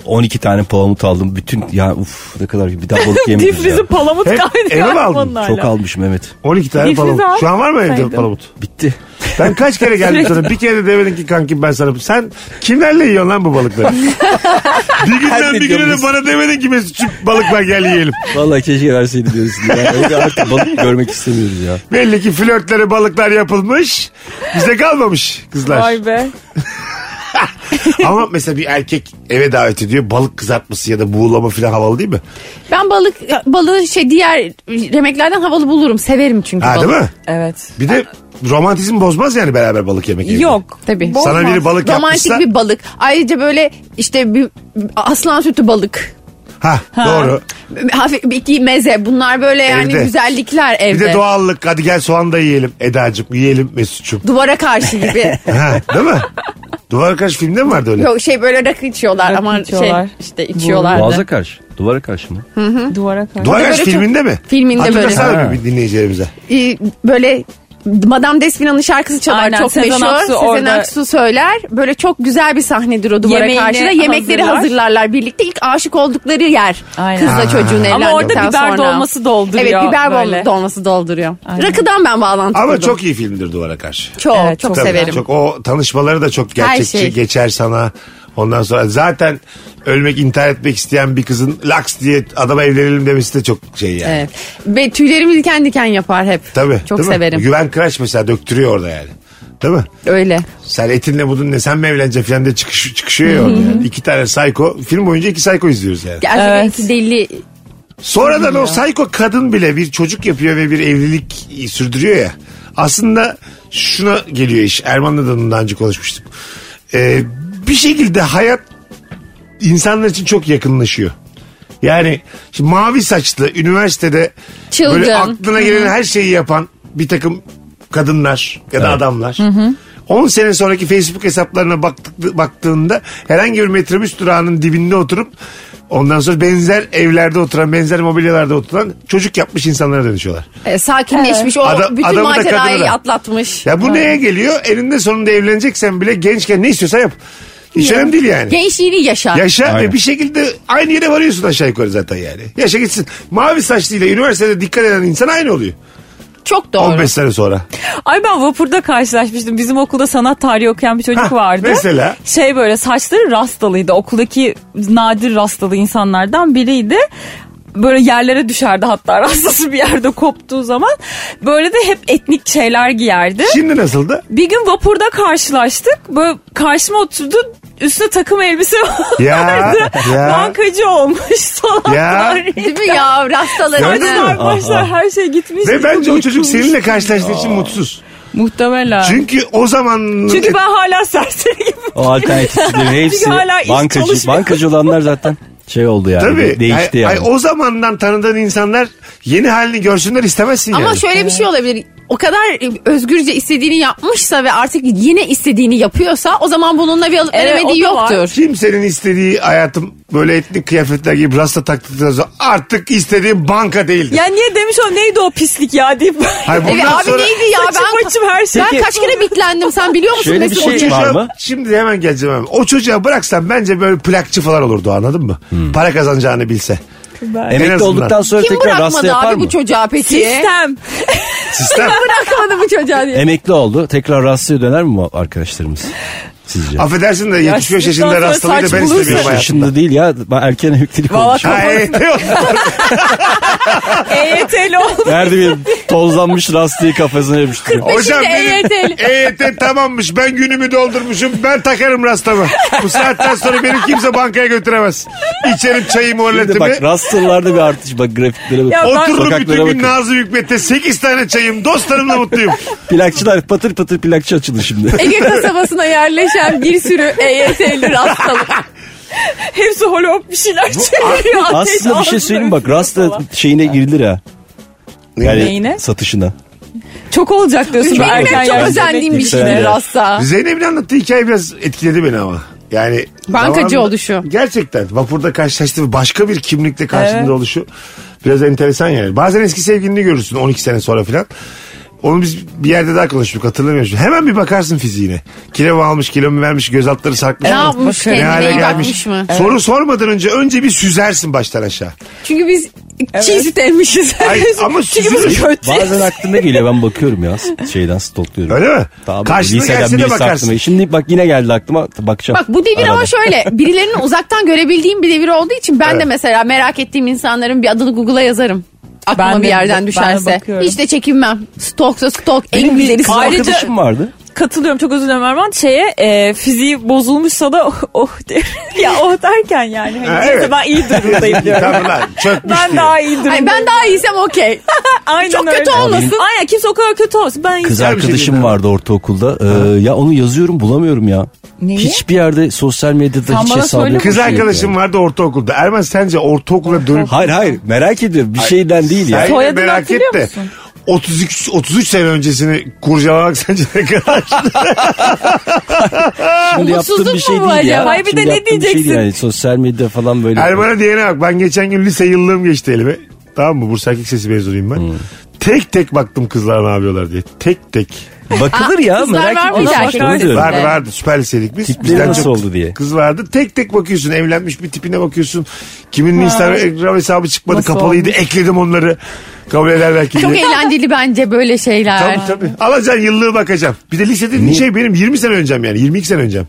12 tane palamut aldım. Bütün ya uf ne kadar bir daha balık yemedim ya. Difrizi palamut Hep kaynağı eve mi var aldın? bunlarla. Çok almışım evet. 12 tane Difrizi palamut. al- Şu an var mı evde Saydım. palamut? Bitti. Ben kaç kere geldim sana. Bir kere de demedin ki kankim ben sana. Sen kimlerle yiyorsun lan bu balıkları? bir günden bir güne de Hallediyoruz. bana demedin ki Mesut'cum balık var gel yiyelim. Vallahi keşke verseydi diyorsun ya. Öyle artık balık görmek istemiyoruz ya. Belli ki flörtlere balıklar yapılmış. Bize kalmamış kızlar. Vay be. Ama mesela bir erkek eve davet ediyor. Balık kızartması ya da buğulama falan havalı değil mi? Ben balık balığı şey diğer yemeklerden havalı bulurum. Severim çünkü Ha balık. değil mi? Evet. Bir de romantizm bozmaz yani beraber balık yemek. evde. Yok. Tabii. Sana biri balık Romantik yapmışsa. bir balık. Ayrıca böyle işte bir aslan sütü balık. Ha, doğru. Hafif bir iki meze. Bunlar böyle yani Evde. güzellikler evde. Bir de doğallık. Hadi gel soğan da yiyelim Eda'cığım. Yiyelim Mesut'cum. Duvara karşı gibi. Ha, değil mi? Duvar karşı filmde mi vardı öyle? Yok şey böyle rakı içiyorlar Rakı ama içiyorlar. şey işte içiyorlar. Boğaza karşı. Duvara karşı mı? Duvara karşı. Duvar Böyle karşı çok- filminde mi? Filminde Hatırlasana böyle. bir- bir dinleyicilerimize. Ee, böyle Madame Despina'nın şarkısı çalar Aynen, çok Sezen meşhur. Aksu Sezen orada- Aksu söyler. Böyle çok güzel bir sahnedir o duvara Yemeğini karşı da. Yemekleri hazırlar. hazırlarlar birlikte. ilk aşık oldukları yer. Aynen. Kızla Ha. çocuğun evlendikten Ama orada biber sonra. dolması dolduruyor Evet biber bol- böyle. dolması dolduruyor. Aynen. Rakıdan ben bağlantı Ama kurdum. çok iyi filmdir duvara karşı. çok, Evet, çok Tabii, severim. Çok, o tanışmaları da çok gerçekçi Her şey. geçer sana. Ondan sonra zaten ölmek intihar etmek isteyen bir kızın laks diye adama evlenelim demesi de çok şey yani. Evet. Ve tüylerimi diken diken yapar hep. Tabii. Çok değil mi? severim. Güven Kıraç mesela döktürüyor orada yani. Değil mi? Öyle. Sen etinle budun ne sen mi evleneceksin falan diye çıkış, çıkışıyor ya orada yani. İki tane psycho. Film boyunca iki psycho izliyoruz yani. Gerçekten Evet. iki deli Sonradan o psycho kadın bile bir çocuk yapıyor ve bir evlilik sürdürüyor ya. Aslında şuna geliyor iş. Erman'la da daha önce konuşmuştum. Ee, bir şekilde hayat insanlar için çok yakınlaşıyor. Yani şimdi mavi saçlı üniversitede Çılgın. böyle aklına gelen her şeyi yapan bir takım kadınlar ya da adamlar. 10 sene sonraki Facebook hesaplarına baktık, baktığında herhangi bir metrobüs durağının dibinde oturup ondan sonra benzer evlerde oturan, benzer mobilyalarda oturan çocuk yapmış insanlara dönüşüyorlar. e, sakinleşmiş. O Adam- bütün adamı da macerayı kadını da. atlatmış. Ya bu neye geliyor? Eninde sonunda evleneceksen bile gençken ne istiyorsan yap. Hiç önemli değil yani. Gençliğini yaşa. Yaşa ve bir şekilde aynı yere varıyorsun aşağı yukarı zaten yani. Yaşa gitsin. Mavi saçlıyla üniversitede dikkat eden insan aynı oluyor. Çok doğru. 15 sene sonra. Ay ben vapurda karşılaşmıştım. Bizim okulda sanat tarihi okuyan bir çocuk Hah, vardı. mesela? Şey böyle saçları rastalıydı. Okuldaki nadir rastalı insanlardan biriydi. Böyle yerlere düşerdi hatta rastası bir yerde koptuğu zaman. Böyle de hep etnik şeyler giyerdi. Şimdi nasıldı? Bir gün vapurda karşılaştık. Böyle karşıma oturdu. Üstüne takım elbise Ya, vardı. ya. Bankacı olmuş sanat Ya. tarihi. Değil mi ya? Rastaları. Gördün mü? Saçlar, başlar, her şey gitmiş. Ve bence o çocuk Yıkılmış. seninle karşılaştığı için mutsuz. Muhtemelen. Çünkü o zaman Çünkü ben hala serseri gibi. O alternatiflerin hepsi hala iş bankacı. çalışmıyor. Bankacı olanlar zaten şey oldu yani. Tabii. de- Değişti Ay- yani. ay o zamandan tanıdığın insanlar yeni halini görsünler istemezsin Ama yani. şöyle bir şey olabilir. O kadar e, özgürce istediğini yapmışsa ve artık yine istediğini yapıyorsa o zaman bununla bir alıp Evet, veremediği o da var. yoktur. Kimsenin istediği hayatım böyle etnik kıyafetler gibi rasta taktıktan sonra artık istediğim banka değildir. Ya niye demiş o neydi o pislik ya deyip. Hayır, bundan Evet, abi sonra... neydi ya Saçım ben maçım her şey. ben kaç kere bitlendim sen biliyor musun? Şöyle bir Mesut? şey- O çocuğa- Var mı? Şimdi hemen geleceğim hemen. O çocuğa bıraksan bence böyle plakçı falan olurdu anladın mı? Hmm. Para kazanacağını bilse. En Emekli azından. olduktan sonra Kim tekrar rasta bırakmadı yapar abi mı? bu çocuğa peki? Sistem. Sistem. Bırakmadı bu çocuğa diye. Emekli oldu. Tekrar rastlıya döner mi bu arkadaşlarımız? Sizce? Affedersin de 75 yaşında yaşlıktan sonra rastlamayı da saç ben bulursa- istemiyorum hayatımda. Yaşında değil ya. Ben erken emeklilik Valla olmuş. Ha, evet, yok. E EYT'li oldu. Nerede bir tozlanmış rastlığı kafasına yapıştırıyor. Hocam Şimdi benim E EYT'li. EYT tamammış. Ben günümü doldurmuşum. Ben takarım rastama. Bu saatten sonra beni kimse bankaya götüremez. İçerim çayımı Şimdi oletimi. bak rastlılarda bir artış. Bak grafiklere bak. Ya ben- Otururum Sokaklara bütün bakın. gün Nazım Hikmet'te 8 tane çayım. Dostlarımla mutluyum. Plakçılar patır patır plakçı açıldı şimdi. Ege kasabasına yerleşen bir sürü E EYT'li rastalık. Hepsi holop bir şeyler çeviriyor. ateş Aslında bir şey ağzına söyleyeyim mi? bak üflüyor rasta falan. şeyine girilir ha. Yani Neyine? satışına. Çok olacak diyorsun. Benim erken hep çok yaşta. özendiğim bir Yükseldi. şeydir rasta. Zeynep'in anlattığı hikaye biraz etkiledi beni ama. Yani Bankacı zamanında- oluşu. Gerçekten vapurda karşılaştı ve başka bir kimlikle karşında Evet. oluşu biraz enteresan yani. Bazen eski sevgilini görürsün 12 sene sonra filan. Onu biz bir yerde daha konuştuk hatırlamıyorum. şimdi. Hemen bir bakarsın fiziğine. Kilo mu almış, kilo mu vermiş, göz altları sarkmış. Ne mı? yapmış Ne kendine hale iyi gelmiş. bakmış mı? Soru sormadan önce önce bir süzersin baştan aşağı. Çünkü biz cheesy demişiz. Ay, ama Çünkü biz süzülür. kötüyüz. Bazen aklına geliyor ben bakıyorum ya şeyden stalkluyorum. Öyle mi? Tamam, Karşına liseden gelse de birisi bakarsın. aklıma- Şimdi bak yine geldi aklıma bakacağım. Bak bu devir ama Arada. şöyle birilerini uzaktan görebildiğim bir devir olduğu için ben Evet. de mesela merak ettiğim insanların bir adını Google'a yazarım. Aklıma Ben de- bir yerden ben de düşerse. bakıyorum. Hiç de çekinmem. Stoksa stok en Benim bir güzeli kız stok. arkadaşım vardı. Katılıyorum çok özür dilerim Erman. Şeye e, fiziği bozulmuşsa da oh, oh der. ya oh derken yani. Hani Ha, neyse evet. ben iyi durumdayım diyorum. Tamam lan, çökmüş ben diye. daha iyi Ay durumdayım. ben daha iyiysem okey. Aynen çok öyle. kötü olmasın. Aynen kimse o kadar kötü olmasın. Ben Kız Güzel bir şey arkadaşım değil mi? vardı ortaokulda. Ee, ya onu yazıyorum bulamıyorum ya. Neyi? Hiçbir yerde sosyal medyada Sen hiç bana hesabı söyle. yok. Kız bir şey yok arkadaşım yani. vardı ortaokulda. Erman sence ortaokula dönüp Hayır hayır merak ediyorum bir şeyden değil ya. Sen yine Soyadını merak et hatırlıyor de, musun? 33 33 sene öncesini kurcalamak sence ne kadar? Şimdi yaptığım Umutsuzluk bir şey mu bu değil ya. acaba? Hayır, bir Şimdi de ne yaptığım bir şey değil diyeceksin? yani. Sosyal medya falan böyle. Erman'a diyene bak ben geçen gün lise yıllığım geçti elime. Tamam mı? Bursa Erkek Sesi mezunuyum ben. Hmm. Tek tek baktım kızlar ne yapıyorlar diye. Tek tek. Bakılır ya Kızlar merak var mıydı ediyorum. erkek Onu lisesi? diyorum. Vardı Evet. vardı süper liseydik biz. Tipleri nasıl oldu diye. Kız vardı. Tek tek bakıyorsun evlenmiş bir tipine bakıyorsun. Kimin Instagram hesabı çıkmadı Nasıl kapalıydı. olmuş? Ekledim onları. Kabul ederler ki. Çok diye. eğlenceli bence böyle şeyler. Tabii tabii. Alacaksın yıllığı bakacağım. Bir de lisede dediğin şey benim 20 sene öncem yani. 22 sene öncem.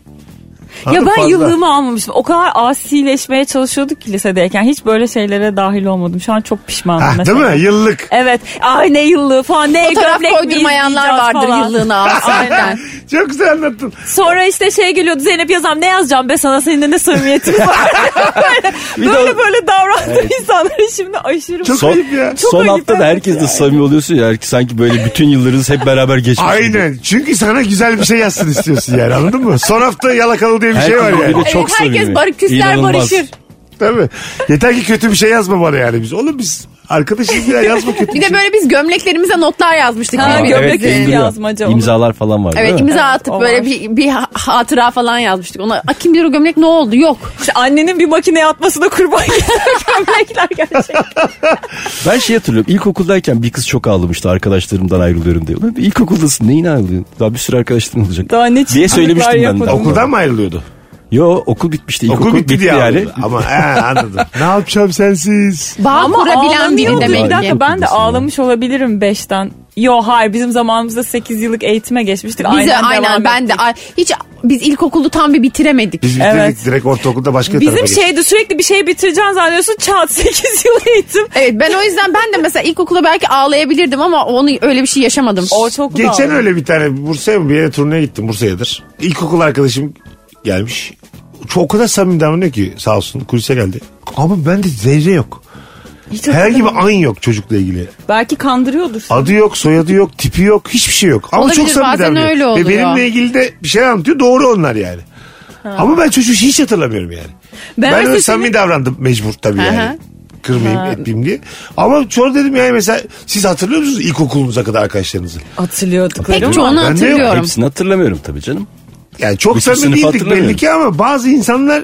Ya Anladın? ben Fazla. yıllığımı almamıştım. O kadar asileşmeye çalışıyorduk ki lisedeyken. Hiç böyle şeylere dahil olmadım. Şu an çok pişmanım Ha, mesela. değil mi? Yıllık. Evet. Ay ne yıllığı falan. Ne Fotoğraf gömlek mi koydurmayanlar izleyeceğiz vardır falan. yıllığına aslında. Çok güzel anlattın. Sonra işte şey geliyordu Zeynep yazam ne yazacağım be sana seninle ne samimiyetim var. böyle böyle, böyle davrandı insanlara şimdi aşırı. Çok Son, ayıp ya. Çok son ayıp, hafta da evet herkes de samimi oluyorsun ya. Herkes sanki böyle bütün yıllarınız hep beraber geçmiş. gibi. Aynen. Çünkü sana güzel bir şey yazsın istiyorsun yani anladın mı? Son hafta yalakalı diye bir şey var Herkes yani. birbirine çok Evet, herkes samimi. barı- küsler İnanılmaz. barışır. Tabii. Yeter ki kötü bir şey yazma bana yani biz. Oğlum biz arkadaşız ya yazma kötü Bir bir de şey. böyle biz gömleklerimize notlar yazmıştık. Ha, birbirimize. gömlek Evet, benim duruyor. yazmaca olur. İmzalar falan var. Evet değil mi? imza Evet, atıp o böyle var. bir, bir ha- hatıra falan yazmıştık. Ona "Aa, kim bilir o gömlek ne oldu yok. İşte annenin bir makineye atmasına kurban gidiyor gömlekler gerçekten. Ben şey hatırlıyorum. İlkokuldayken bir kız çok ağlamıştı. Arkadaşlarımdan ayrılıyorum diye. Ulan İlkokuldasın neyin ağlıyorsun? Daha bir sürü arkadaşların olacak. Daha ne Diye söylemiştim ben de. yapıldı. şey. Okuldan mı ayrılıyordu? Yo okul bitmişti. Okul, İlkokul bitti, diye ayrıldı. Ama he, anladım. ne yapacağım sensiz? Bağ Ama kurabilen biri ağlamıyordu. ağlamıyor demek Bir ki. dakika ben de Haklısın ya. ağlamış olabilirim 5'ten. Yo hayır bizim zamanımızda 8 yıllık eğitime geçmiştik. Biz de aynen, aynen devam ben de ettik. ay- hiç biz ilkokulu tam bir bitiremedik. Biz bitirdik Evet. direkt ortaokulda başka tarafa Bizim geçtik. şeyde sürekli bir şey bitireceğin zannediyorsun çat 8 yıl eğitim. Evet ben o yüzden ben de mesela ilkokula belki ağlayabilirdim ama onu öyle bir şey yaşamadım. O çok Geçen doğru. öyle bir tane Bursa'ya mı bir yere turneye gittim Bursa'yadır. İlkokul arkadaşım gelmiş. Çok o kadar samimi davranıyor ki sağ olsun kulise geldi. Ama bende zerre yok. Hiç Herhangi bir an yok çocukla ilgili. Belki kandırıyordur. seni. Adı yok, soyadı yok, tipi yok, hiçbir şey yok. Ama Olabilir, çok samimi bazen davranıyor. öyle Ve oluyor. benimle ilgili de bir şey anlatıyor. Doğru onlar yani. Ama ben çocuğu hiç hatırlamıyorum yani. Ben, Ben öyle mesela samimi davrandım mecbur tabii Hı hı. yani. Kırmayayım etmeyeyim diye. Ama sonra dedim yani mesela siz hatırlıyor musunuz ilkokulunuza kadar arkadaşlarınızı? Pek Hatırlıyorduklarım çoğunu Ben de yok. hatırlıyorum. Hepsini hatırlamıyorum tabii canım. Yani çok Bütün samimi sınıfı değildik hatırlamıyorum. belli ki ama bazı insanlar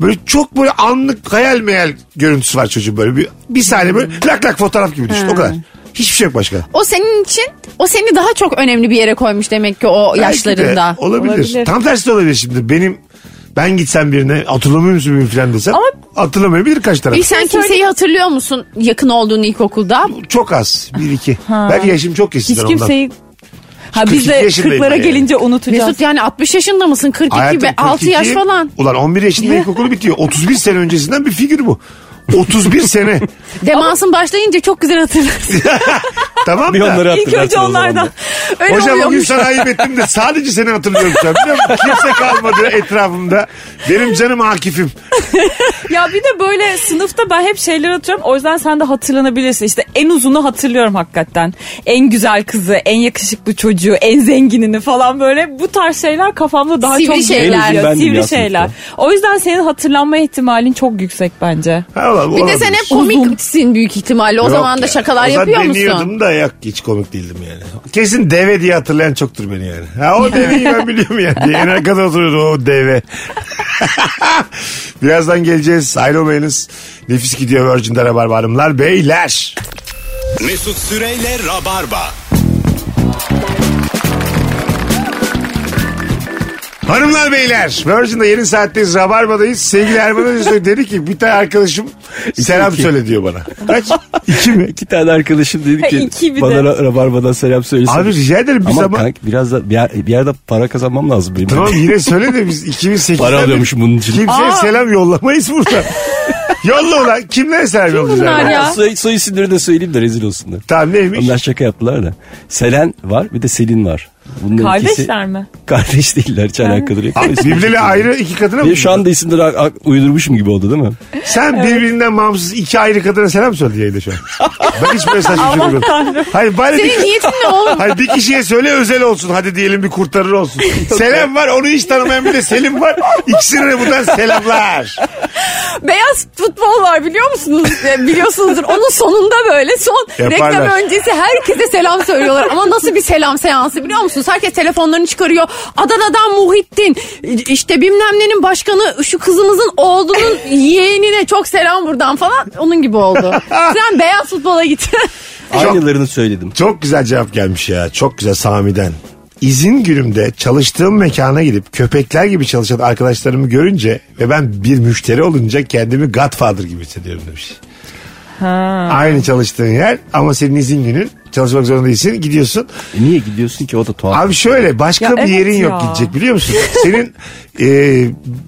böyle çok böyle anlık hayal meyal görüntüsü var çocuğun böyle bir, bir saniye böyle lak lak fotoğraf gibi düştü o kadar. Hiçbir şey yok başka. O senin için o seni daha çok önemli bir yere koymuş demek ki o Belki de yaşlarında. olabilir. Olabilir. Tam tersi de olabilir şimdi. Benim ben gitsem birine hatırlamıyor musun beni falan desem hatırlamayabilir kaç taraf. İlk sen kimseyi hatırlıyor musun yakın olduğun ilkokulda? Çok az. Bir iki. Belki yaşım çok Hiç geçti ondan. kimseyi... Ha Kırk biz iki de yaşındayım 40'lara ben yani. gelince unutacağız. Mesut yani 60 yaşında mısın? 42 Hayatım be 6 yaş 42, falan. Ulan 11 yaşında ilkokulu bitiyor. 31 sene öncesinden bir figür bu. 31 sene. Demansın başlayınca çok güzel hatırlarsın. tamam Bir da. onları İlk önce hatırlarsın o zaman onlardan. da. Öyle Hocam bugün oluyormuş. sana ayıp ettim de sadece seni hatırlıyorum sen biliyor musun? Kimse kalmadı etrafımda. Benim canım Akif'im. Ya bir de böyle sınıfta ben hep şeyler hatırlıyorum. O yüzden sen de hatırlanabilirsin. İşte en uzunu hatırlıyorum hakikaten. En güzel kızı, en yakışıklı çocuğu, en zenginini falan böyle. Bu tarz şeyler kafamda daha Sivri çok şeyler. beliriyor. En uzun bendim ya Sivri sınıfta. şeyler. O yüzden senin hatırlanma ihtimalin çok yüksek bence. Ha, ulan, Bir de olabilir. sen hep komiksin büyük ihtimalle. O Yok zaman da ya. şakalar O zaman yapıyor musun? deniyordum da yok hiç komik değildim yani. Kesin deve diye hatırlayan çoktur beni yani. Ha o deveyi ben biliyorum yani. En arkada oturuyordu o deve. Birazdan geleceğiz. Ayrılmayınız. Nefis gidiyor Virgin'de Rabarba Hanımlar. Beyler. Mesut Süreyle Rabarba. Hanımlar beyler. Virgin'de yeni saatteyiz. Rabarba'dayız. Sevgili Erman Öztürk dedi ki bir tane arkadaşım selam iki. söyle diyor bana. Kaç? İki mi? İki tane arkadaşım dedi Ha, ki iki bir bana de. ra- rabarbadan selam söylesin. Abi rica ederim biz Ama ama... kanka biraz da bir, yer- bir yerde para kazanmam lazım benim. Tamam yine söyle de biz 2008'den Para beri alıyormuşum bunun için. Kimseye selam yollamayız burada. Yolla ulan. Kimlere selam yollayacağız? bunlar yani? ya? Soy, soy isimleri de söyleyeyim de rezil olsunlar. Tamam neymiş? Onlar şaka yaptılar da. Selen var bir de Selin var. Bunların Kardeşler mi? Kardeş değiller hiç alakaları yok. Ha, Birbirine ayrı iki kadına mı? Benim şu anda isimleri ak- ak- uydurmuşum gibi oldu değil mi? Sen birbirinden bağımsız iki ayrı kadına selam söyledi yayında şu an. Ben hiç böyle saçma bir şey görmedim. Hayır bari Senin bir, niyetin ne oğlum? hayır, bir kişiye söyle özel olsun. Hadi diyelim bir kurtarır olsun. Selam var onu hiç tanımayan bir de Selim var. İkisine de buradan selamlar. Beyaz futbol var biliyor musunuz? E, Biliyorsunuzdur. Onun sonunda böyle son Yaparlar. reklam öncesi herkese selam söylüyorlar. Ama nasıl bir selam seansı biliyor musunuz? Herkes telefonlarını çıkarıyor. Adana'dan Muhittin, işte bilmem nenin başkanı, şu kızımızın oğlunun yeğenine çok selam buradan falan. Onun gibi oldu. Sen beyaz futbola git. Aynılarını söyledim. Çok güzel cevap gelmiş ya. Çok güzel Sami'den. İzin günümde çalıştığım mekana gidip köpekler gibi çalışan arkadaşlarımı görünce ve ben bir müşteri olunca kendimi Godfather gibi hissediyorum demiş. Aynı çalıştığın yer ama senin izin günün çalışmak zorunda değilsin gidiyorsun. E niye gidiyorsun ki o da tuhaf. Abi şöyle başka Ya bir evet yerin yok ya. gidecek biliyor musun? Senin e,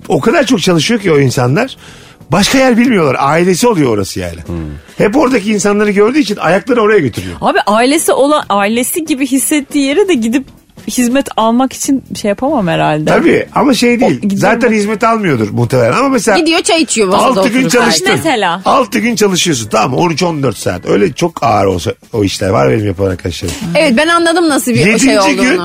o kadar çok çalışıyor ki o insanlar başka yer bilmiyorlar ailesi oluyor orası yani. Hmm. Hep oradaki insanları gördüğü için ayaklarını oraya götürüyor. Abi ailesi olan ailesi gibi hissettiği yere de gidip hizmet almak için şey yapamam herhalde. Tabii ama şey değil. gidiyor zaten hizmet almıyordur muhtemelen ama mesela Gidiyor çay içiyor masada 6 gün oturup. çalıştın. Mesela. 6 gün çalışıyorsun tamam 13-14 saat. Öyle çok ağır olsa o işler var benim yapan arkadaşlarım. Evet ben anladım nasıl bir 7. şey olduğunu. gün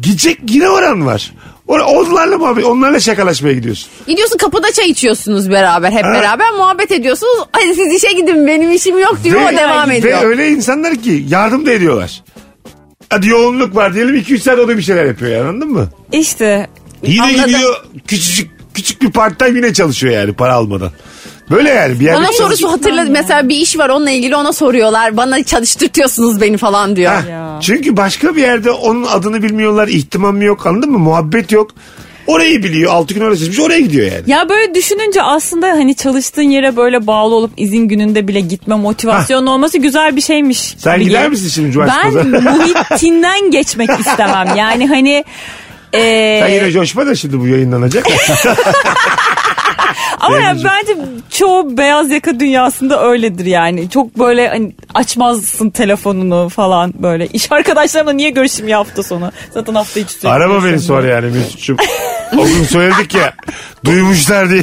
gidecek yine oran var. Or- Onlarla muhabbet, onlarla şakalaşmaya gidiyorsun. Gidiyorsun kapıda çay içiyorsunuz beraber hep beraber muhabbet ediyorsunuz. Ay siz işe gidin benim işim yok diyor o devam ve ediyor. öyle insanlar ki yardım da ediyorlar. Hadi yoğunluk var diyelim 2-3 saat o da bir şeyler yapıyor yani, anladın mı? İşte Yine Anladım. gidiyor küçücük küçük bir partta yine çalışıyor yani para almadan. Böyle yani bir yerde Bana çalış- sorusu hatırla mesela bir iş var onunla ilgili ona soruyorlar. Bana çalıştırtıyorsunuz beni falan diyor. Heh, Ya. Çünkü başka bir yerde onun adını bilmiyorlar, ihtimam yok anladın mı? Muhabbet yok. Orayı biliyor. Altı gün orası seçmiş oraya gidiyor yani. Ya böyle düşününce aslında hani çalıştığın yere böyle bağlı olup izin gününde bile gitme motivasyonun olması güzel bir şeymiş. Sen gibi gider gel- misin şimdi cumartesi Ben pazar? Muhittin'den geçmek istemem. Yani hani e, Sen yine coşma da şimdi bu yayınlanacak. ama ya bence çoğu beyaz yaka dünyasında öyledir yani. Çok böyle hani açmazsın telefonunu falan böyle. İş arkadaşlarımla niye görüşeyim ya hafta sonu? Zaten hafta içi. sürekli Arama beni görüşüyorum sonra ben. yani Mesut'cum. O gün söyledik ya. Duymuşlar diye.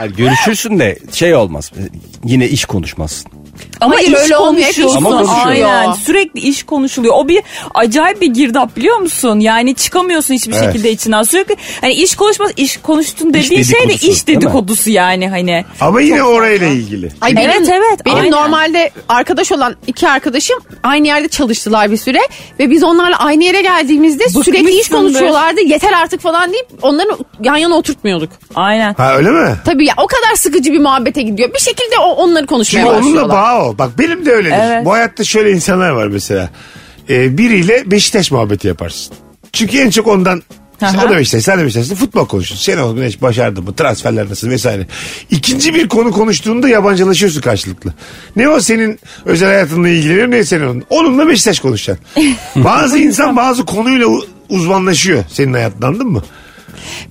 Yani görüşürsün de şey olmaz. E, Yine iş konuşmazsın. Ama Hayır, iş öyle olmuyor. Hep konuşuyorsun. iş Ama konuşuyor. Aynen sürekli iş konuşuluyor. O bir acayip bir girdap biliyor musun? Yani çıkamıyorsun hiçbir Evet. şekilde içinden. Sürekli hani iş konuşmaz iş konuştun dediğin şey de dedikodusu, iş değil mi? dedikodusu yani hani. Ama yine orayla ilgili. Ay Evet, evet, Benim aynen. normalde arkadaş olan iki arkadaşım aynı yerde çalıştılar bir süre ve biz onlarla aynı yere geldiğimizde sürekli iş Bıkmışsındır. konuşuyorlardı. Yeter artık falan deyip onları yan yana oturtmuyorduk. Aynen. Ha öyle mi? Tabii ya o kadar sıkıcı bir muhabbete gidiyor. Bir şekilde o, onları konuşmaya Çünkü onunla başlıyorlar. bağ o. Bak benim de öyledir. Evet. Bu hayatta şöyle insanlar var mesela. Ee, biriyle Beşiktaş muhabbeti yaparsın. Çünkü en çok ondan işte Aha. o da Beşiktaş, sen de Beşiktaş'ta futbol konuşuyorsun. Şenol Güneş başardı mı, transferler nasıl vesaire. İkinci bir konu konuştuğunda yabancılaşıyorsun karşılıklı. Ne o senin özel hayatınla ilgileniyor ne senin onun. Onunla Beşiktaş konuşacaksın. bazı insan bazı konuyla u- uzmanlaşıyor senin hayatında anladın mı?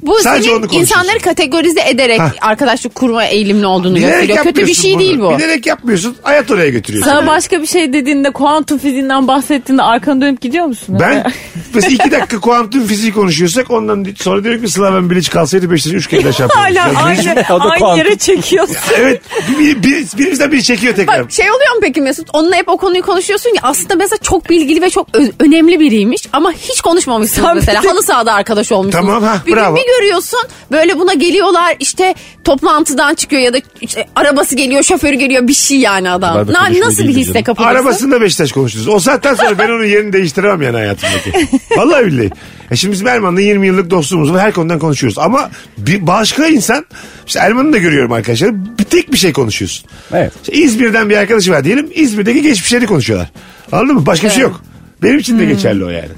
Bu Sadece senin onu konuşuyorsun. insanları kategorize ederek Hah. arkadaşlık kurma eğilimli olduğunu gösteriyor. Kötü bir yapmıyorsun şey bunu. değil bu. Bilerek yapmıyorsun. Hayat oraya götürüyor. seni. Sana başka bir şey dediğinde kuantum fiziğinden bahsettiğinde arkanı dönüp gidiyor musun? Hani Ben mesela iki dakika kuantum fiziği konuşuyorsak ondan di- sonra diyorum ki Sıla ben Bilic kalsaydı Beşiktaş'ı üç kere şey aşağı Hala yapıyordum. aynı, O da aynı kuantum. yere çekiyorsun. Evet bir, bir, birimizden biri çekiyor tekrar. Bak şey oluyor mu peki Mesut? Onunla hep o konuyu konuşuyorsun ya aslında mesela çok bilgili ve çok ö- önemli biriymiş ama hiç konuşmamışsınız Sen mesela. bir de- Halı sahada arkadaş olmuşsunuz. Tamam, ha, bir gün bravo. bir görüyorsun böyle buna geliyorlar işte toplantıdan çıkıyor ya da işte arabası geliyor şoförü geliyor bir şey yani adam. Kadar da Na- konuşmayı nasıl bir bilmiyor hisse canım. kapılırsın? Arabasında Beşiktaş konuştunuz. O saatten sonra ben onun yerini değiştiremem yani hayatımdaki. Vallahi billahi. Ya şimdi biz Erman'la 20 yıllık dostluğumuz var. Her konudan konuşuyoruz. Ama bir başka insan, işte Erman'ı da görüyorum arkadaşlar. Bir tek bir şey konuşuyorsun. Evet. İşte İzmir'den bir arkadaşı var diyelim. İzmir'deki geçmişleri konuşuyorlar. Anladın mı? Başka bir şey yok. Benim için Hmm. de geçerli o yani.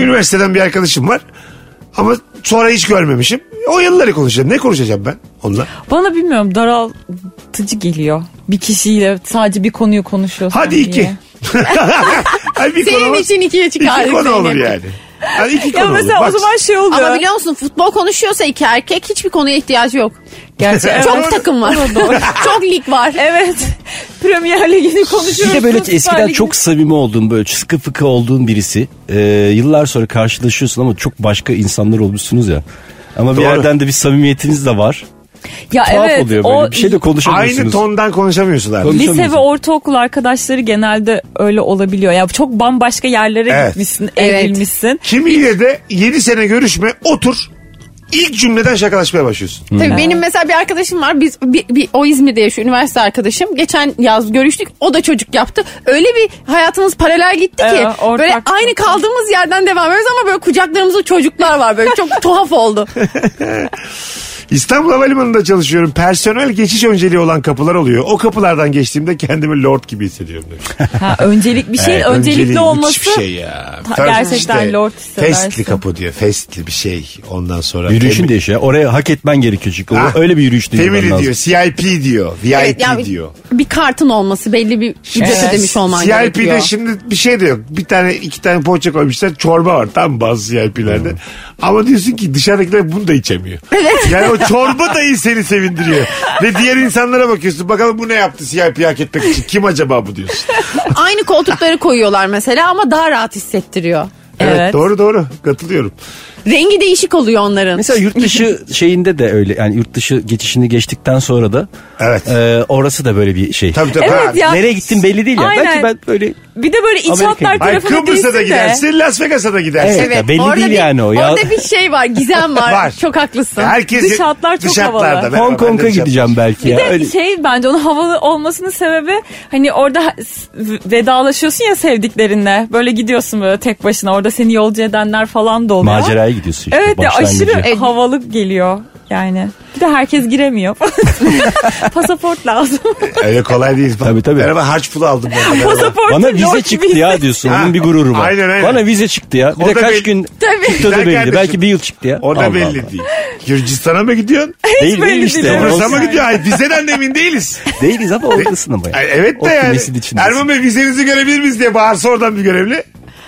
Üniversiteden bir arkadaşım var. Ama sonra hiç görmemişim. O yılları konuşacağım. Ne konuşacağım ben onunla? Bana bilmiyorum daraltıcı geliyor. Bir kişiyle sadece bir konuyu konuşuyorsun Hadi iki. Ay bir Senin var. için ikiye çıkardık İki konu Zeynep. olur yani. Hani iki Ya konu mesela olur. o zaman şey oluyor. Ama biliyor musun futbol konuşuyorsa iki erkek hiçbir konuya ihtiyacı yok. Gerçi evet. Çok takım var. çok lig var. Evet. Premier Ligi'ni konuşuyoruz. Bir de böyle Süper eskiden Ligi'ni- çok samimi olduğun böyle sıkı fıkı olduğun birisi e, yıllar sonra karşılaşıyorsun ama çok başka insanlar olmuşsunuz ya. Ama bir Doğru. yerden de bir samimiyetiniz de var. ya Tuhaf oluyor böyle. o bir şey de konuşamıyorsunuz. Aynı tondan konuşamıyorsun abi. Konuşamıyorsun. Lise ve ortaokul arkadaşları genelde öyle olabiliyor. Ya çok bambaşka yerlere Evet. gitmişsin, Evet. evrilmişsin. Kimiyle de 7 sene görüşme otur. İlk cümleden şakalaşmaya başlıyorsun. Tabii benim mesela bir arkadaşım var. Biz bir, bir- o İzmir'de yaşıyor üniversite arkadaşım. Geçen yaz görüştük. O da çocuk yaptı. Öyle bir hayatımız paralel gitti ki Evet, ortak böyle nokta. aynı kaldığımız yerden devam ediyoruz ama böyle kucaklarımızda çocuklar var böyle çok tuhaf oldu. İstanbul Havalimanı'nda çalışıyorum. Personel geçiş önceliği olan kapılar oluyor. O kapılardan geçtiğimde kendimi lord gibi hissediyorum. demiş. Ha, öncelik bir şey, şeyin Evet, öncelikli önceliği olması. müthiş bir şey ya. Ta- First gerçekten lord hissedersin. Festli kapı diyor. Festli bir şey. Ondan sonra. Yürüyüşün Femi- değişiyor. Oraya hak etmen gerekiyor çünkü. Ah, Öyle bir yürüyüş değil. Family diyor. CIP diyor. VIP Evet, yani diyor. Bir kartın olması belli bir ücret Evet. ödemiş olman CIP'de gerekiyor. şimdi bir şey de yok. Bir tane iki tane poğaça koymuşlar. Çorba var tam bazı CIP'lerde. Ama diyorsun ki dışarıdakiler bunu da içemiyor. Evet. Yani o çorba dahi seni sevindiriyor. Ve diğer insanlara bakıyorsun. Bakalım bu ne yaptı CIP'yi hak etmek için. Kim acaba bu diyorsun. Aynı koltukları koyuyorlar mesela ama daha rahat hissettiriyor. Evet, Evet. doğru doğru katılıyorum. Rengi değişik oluyor onların. Mesela yurt dışı şeyinde de öyle yani yurt dışı geçişini geçtikten sonra da Evet. e, orası da böyle bir şey. Tabii tabii. Evet ya. Nereye gittin belli değil ya. Aynen. Belki ben böyle Bir de böyle iç Amerika'ya hatlar gidiyor. Hayır, tarafına Kıbrıs'a değilsin da de. gidersin, Las Vegas'a da gidersin. Evet. Ya belli değil bir, yani o ya. Orada bir şey var gizem var. Var. Çok haklısın. Herkes Dış hatlar çok dışatlarda. havalı. Merhaba, Hong ben de Kong'a dışat- gideceğim belki Bir ya. de Öyle- şey bence onun havalı olmasının sebebi hani orada ha- s- vedalaşıyorsun ya sevdiklerinle. Böyle gidiyorsun böyle tek başına. Orada seni yolcu edenler falan da oluyor. Maceraya gidiyorsun işte. Evet ya başlangıcı. aşırı havalı geliyor yani. Bir de herkes giremiyor. Pasaport lazım. Öyle kolay değil. Tabii, tabii. Merhaba harç pulu aldım ben. de. Merhaba. Pasaport Bana vize yok çıktı vize. ya diyorsun. Onun bir gururu var. Aynen, aynen. Bana vize çıktı ya. Bir O de da kaç belli. gün Tabii. çıktı da Gider belli. kardeşim. Belki bir yıl çıktı ya. O da Allah belli Allah. değil. Gürcistan'a mı gidiyorsun? Değil belli değil işte. değil. Kıbrıs'a Orası- mı gidiyor? Ay, vizeden de emin değiliz. Değiliz ama oradasın ama ya. Ay, evet O de yani. kümesin içindesin. Erman Bey vizenizi görebilir miyiz diye bağırsa oradan bir görevli.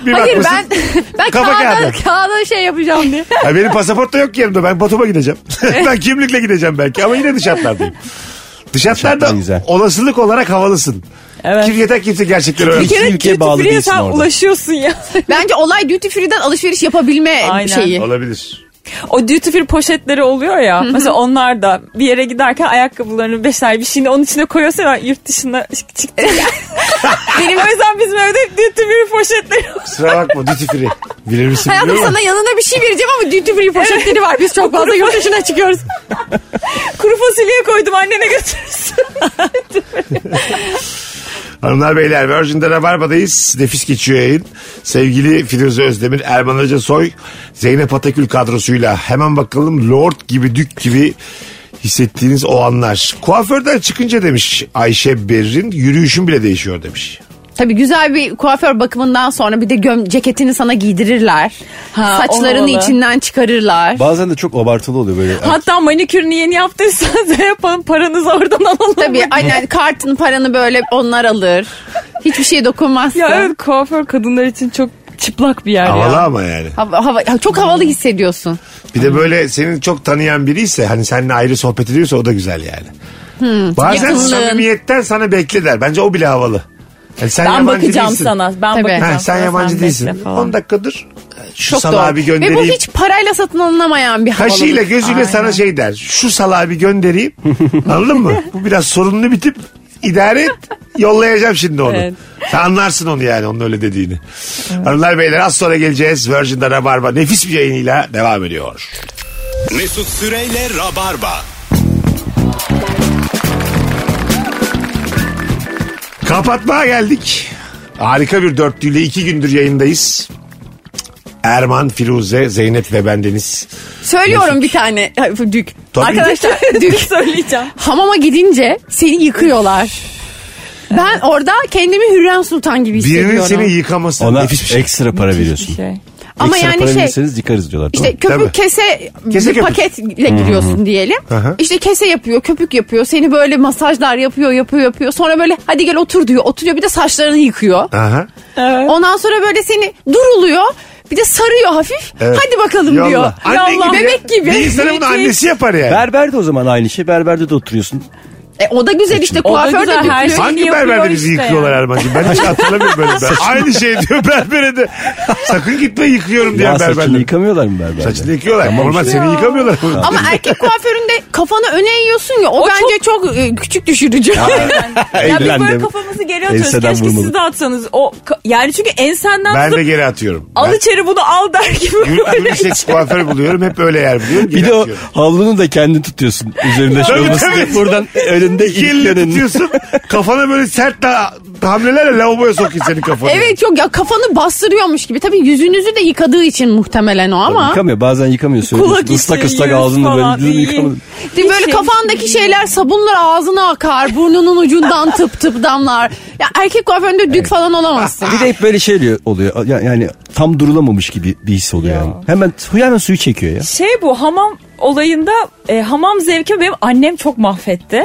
Bir Hayır ben bakmışsın, ben Kafa kağıda, kağıdı. kağıda şey yapacağım diye. Ay, benim pasaport da yok ki yanımda. Ben Batum'a gideceğim. ben kimlikle gideceğim belki ama yine dış hatlardayım. Dış hatlarda Dış güzel. olasılık olarak havalısın. Evet. Kim yeter kimse gerçekleri Bir öğrenmiş. kere Evet, ülkeye duty bağlı free'ye değilsin sen orada. ulaşıyorsun ya. Bence olay duty free'den alışveriş yapabilme Aynen. şeyi. Olabilir. O duty free poşetleri oluyor ya. mesela onlar da bir yere giderken ayakkabılarını beş tane bir şeyini onun içine koyuyorsa ben yurt dışına çık- çıktım. Benim o yüzden bizim evde hep duty free poşetleri var. Kusura bakma duty free. Bilir misin Hayatım bilmiyorum sana yanına bir şey vereceğim ama duty free poşetleri var. Biz çok fazla yurt dışına çıkıyoruz. Kuru fasulye koydum annene götürürsün. Hanımlar beyler Virgin'de Rabarba'dayız. Nefis geçiyor yayın. Sevgili Firuze Özdemir, Erman Hoca Soy, Zeynep Atakül kadrosuyla. Hemen bakalım Lord gibi, Dük gibi hissettiğiniz o anlar. Kuaförden çıkınca demiş Ayşe Berrin yürüyüşün bile değişiyor demiş. Tabii güzel bir kuaför bakımından sonra bir de göm ceketini sana giydirirler. Ha, Saçlarını olmalı. içinden çıkarırlar. Bazen de çok abartılı oluyor böyle. Hatta manikürünü yeni yaptıysanız da yapalım paranızı oradan alalım. Tabii aynen kartın paranı böyle onlar alır. Hiçbir şey şeye dokunmazsın. Ya evet kuaför kadınlar için çok çıplak bir yer Havalı ya. ama yani. Hava, hava- çok havalı hissediyorsun. Bir de böyle senin çok tanıyan biri ise hani seninle ayrı sohbet ediyorsa o da güzel yani. Hmm. Bazen yakınlığın. samimiyetten sana bekle der. Bence o bile havalı. Yani sen Ben yabancı bakacağım değilsin. sana. Ben Tabii. bakacağım Ha, sen sana, yabancı bekle değilsin. falan. 10 dakikadır. Şu Çok salağı doğru. bir Ve göndereyim. bu hiç parayla satın alınamayan bir havalılık. Kaşıyla gözüyle sana şey der. Şu salağı bir göndereyim. Anladın mı? Bu biraz sorunlu bir tip. İdare et. Yollayacağım şimdi onu. Evet. Sen anlarsın onu yani onun öyle dediğini. Hanımlar beyler az sonra geleceğiz. Virgin'de Rabarba nefis bir yayınıyla devam ediyor. Mesut Süreyle Rabarba. Kapatmaya geldik. Harika bir dörtlüyle iki gündür yayındayız. Erman, Firuze, Zeynep ve bendeniz. Söylüyorum bir tane Ay, dük. Tabii. Arkadaşlar Dün dük. söyleyeceğim. Hamama gidince seni yıkıyorlar. Ben orada kendimi Hürrem Sultan gibi Birinin hissediyorum. seni yıkaması Ona nefis bir şey. ekstra para veriyorsun. Şey. Ama ekstra yani para şey verirseniz yıkarız diyorlar. İşte Tamam. köpük Tabii. kese, Kese bir köpük. Hmm. paketle giriyorsun diyelim. Aha. İşte kese yapıyor, köpük yapıyor. Seni böyle masajlar yapıyor, yapıyor, yapıyor. Sonra böyle hadi gel otur diyor. Oturuyor bir de saçlarını yıkıyor. Aha. Ondan sonra böyle seni duruluyor. Bir de sarıyor hafif. Evet. Hadi bakalım Yolla. diyor. Anne Yolla. gibi. Bebek gibi. Bir insana bunu annesi yapar yani. Berber de o zaman aynı şey. Berberde de oturuyorsun. E, o da güzel işte. O da Kuaför de güzel, her dökülüyor. şey. Hangi yapıyor berberde işte bizi yani. yıkıyorlar Erman'cığım? Ben hiç hatırlamıyorum böyle. Ben. Aynı şey diyor berbere de. Sakın gitme yıkıyorum diye Ya saçını berberler. yıkamıyorlar mı berberde? Saçını yıkıyorlar. Normal seni yıkamıyorlar. Ama erkek kuaföründe kafanı öne eğiyorsun ya. O, O bence çok, e, küçük düşürücü. Ya bir Eğlendim. böyle kafanızı geri atıyoruz. Enseden Keşke vurmalı. siz de atsanız. O, ka- yani çünkü ensenden ben tutup de geri atıyorum. al Ben- içeri bunu al der gibi. Yürü- Unisex kuaför buluyorum. Hep öyle yer buluyorum. Bir geri de o atıyorum. havlunu da kendin tutuyorsun. Üzerinde şey Tabii, olmasın tabii. diye. Buradan e, önünde İki ilk elini önünde. tutuyorsun. Kafana böyle sert da, hamlelerle lavaboya sokuyor senin kafanı. evet çok ya kafanı bastırıyormuş gibi. Tabii yüzünüzü de yıkadığı için muhtemelen o ama. Yıkamıyor bazen yıkamıyor. Kulak Söylüyorsun. Islak işi, ıslak yüz ağzını falan, böyle düzgün iyi. yıkamadın. Değil mi? Bir böyle şey kafandaki şeyler sabunlar ağzına akar. Burnunun ucundan tıp tıp damlar. Ya erkek kuaföründe dük falan olamazsın. Bir de hep böyle şey diyor- oluyor. Ya- Yani tam durulamamış gibi bir his oluyor yani. Hemen hemen suyu çekiyor ya. Şey bu hamam olayında e, hamam zevkimi benim annem çok mahvetti.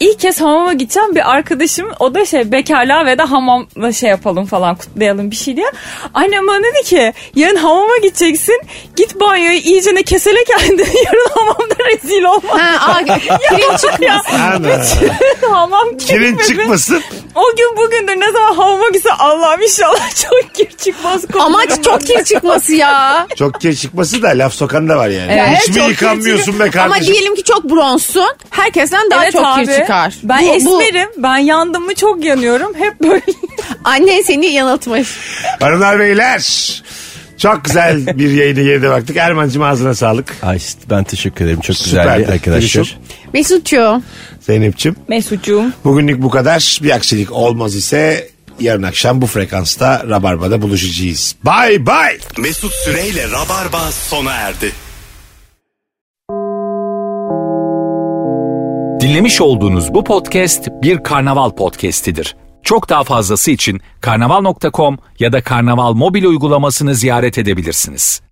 İlk kez hamama gideceğim bir arkadaşım o da şey bekarlığa ve de hamamla şey yapalım falan kutlayalım bir şey diye. Annem bana dedi ki yarın hamama gideceksin git banyoyu iyicene kesele kendini yarın hamamda rezil olma. Ha, aa, pirinç çıkmasın. Ana. hamam Kirin girmedi. çıkmasın. O gün bugündür ne zaman hamama gitse Allah'ım inşallah çok kir çıkmaz. Amaç çok kir çıkması ya. Çok geç çıkması da laf sokan da var yani. Evet, Hiç mi çok yıkanmıyorsun be kardeşim? Ama diyelim ki çok bronzsun. Herkesten daha Evet çok abi. kir çıkar. Ben Bu- bu- esmerim. Ben yandım mı çok yanıyorum. Hep böyle. Annen seni yanıltmış. Hanımlar beyler. Çok güzel bir yayını geride baktık. Erman'cığım ağzına sağlık. Ay ben teşekkür ederim. Çok Süperdi. güzeldi arkadaşlar. Görüşürüz. Mesut'cuğum. Zeynep'ciğim. Mesut'cuğum. Bugünlük bu kadar. Bir aksilik olmaz ise yarın akşam bu frekansta Rabarba'da buluşacağız. Bye bye. Mesut Süreyle Rabarba sona erdi. Dinlemiş olduğunuz bu podcast bir karnaval podcastidir. Çok daha fazlası için karnaval.com ya da karnaval mobil uygulamasını ziyaret edebilirsiniz.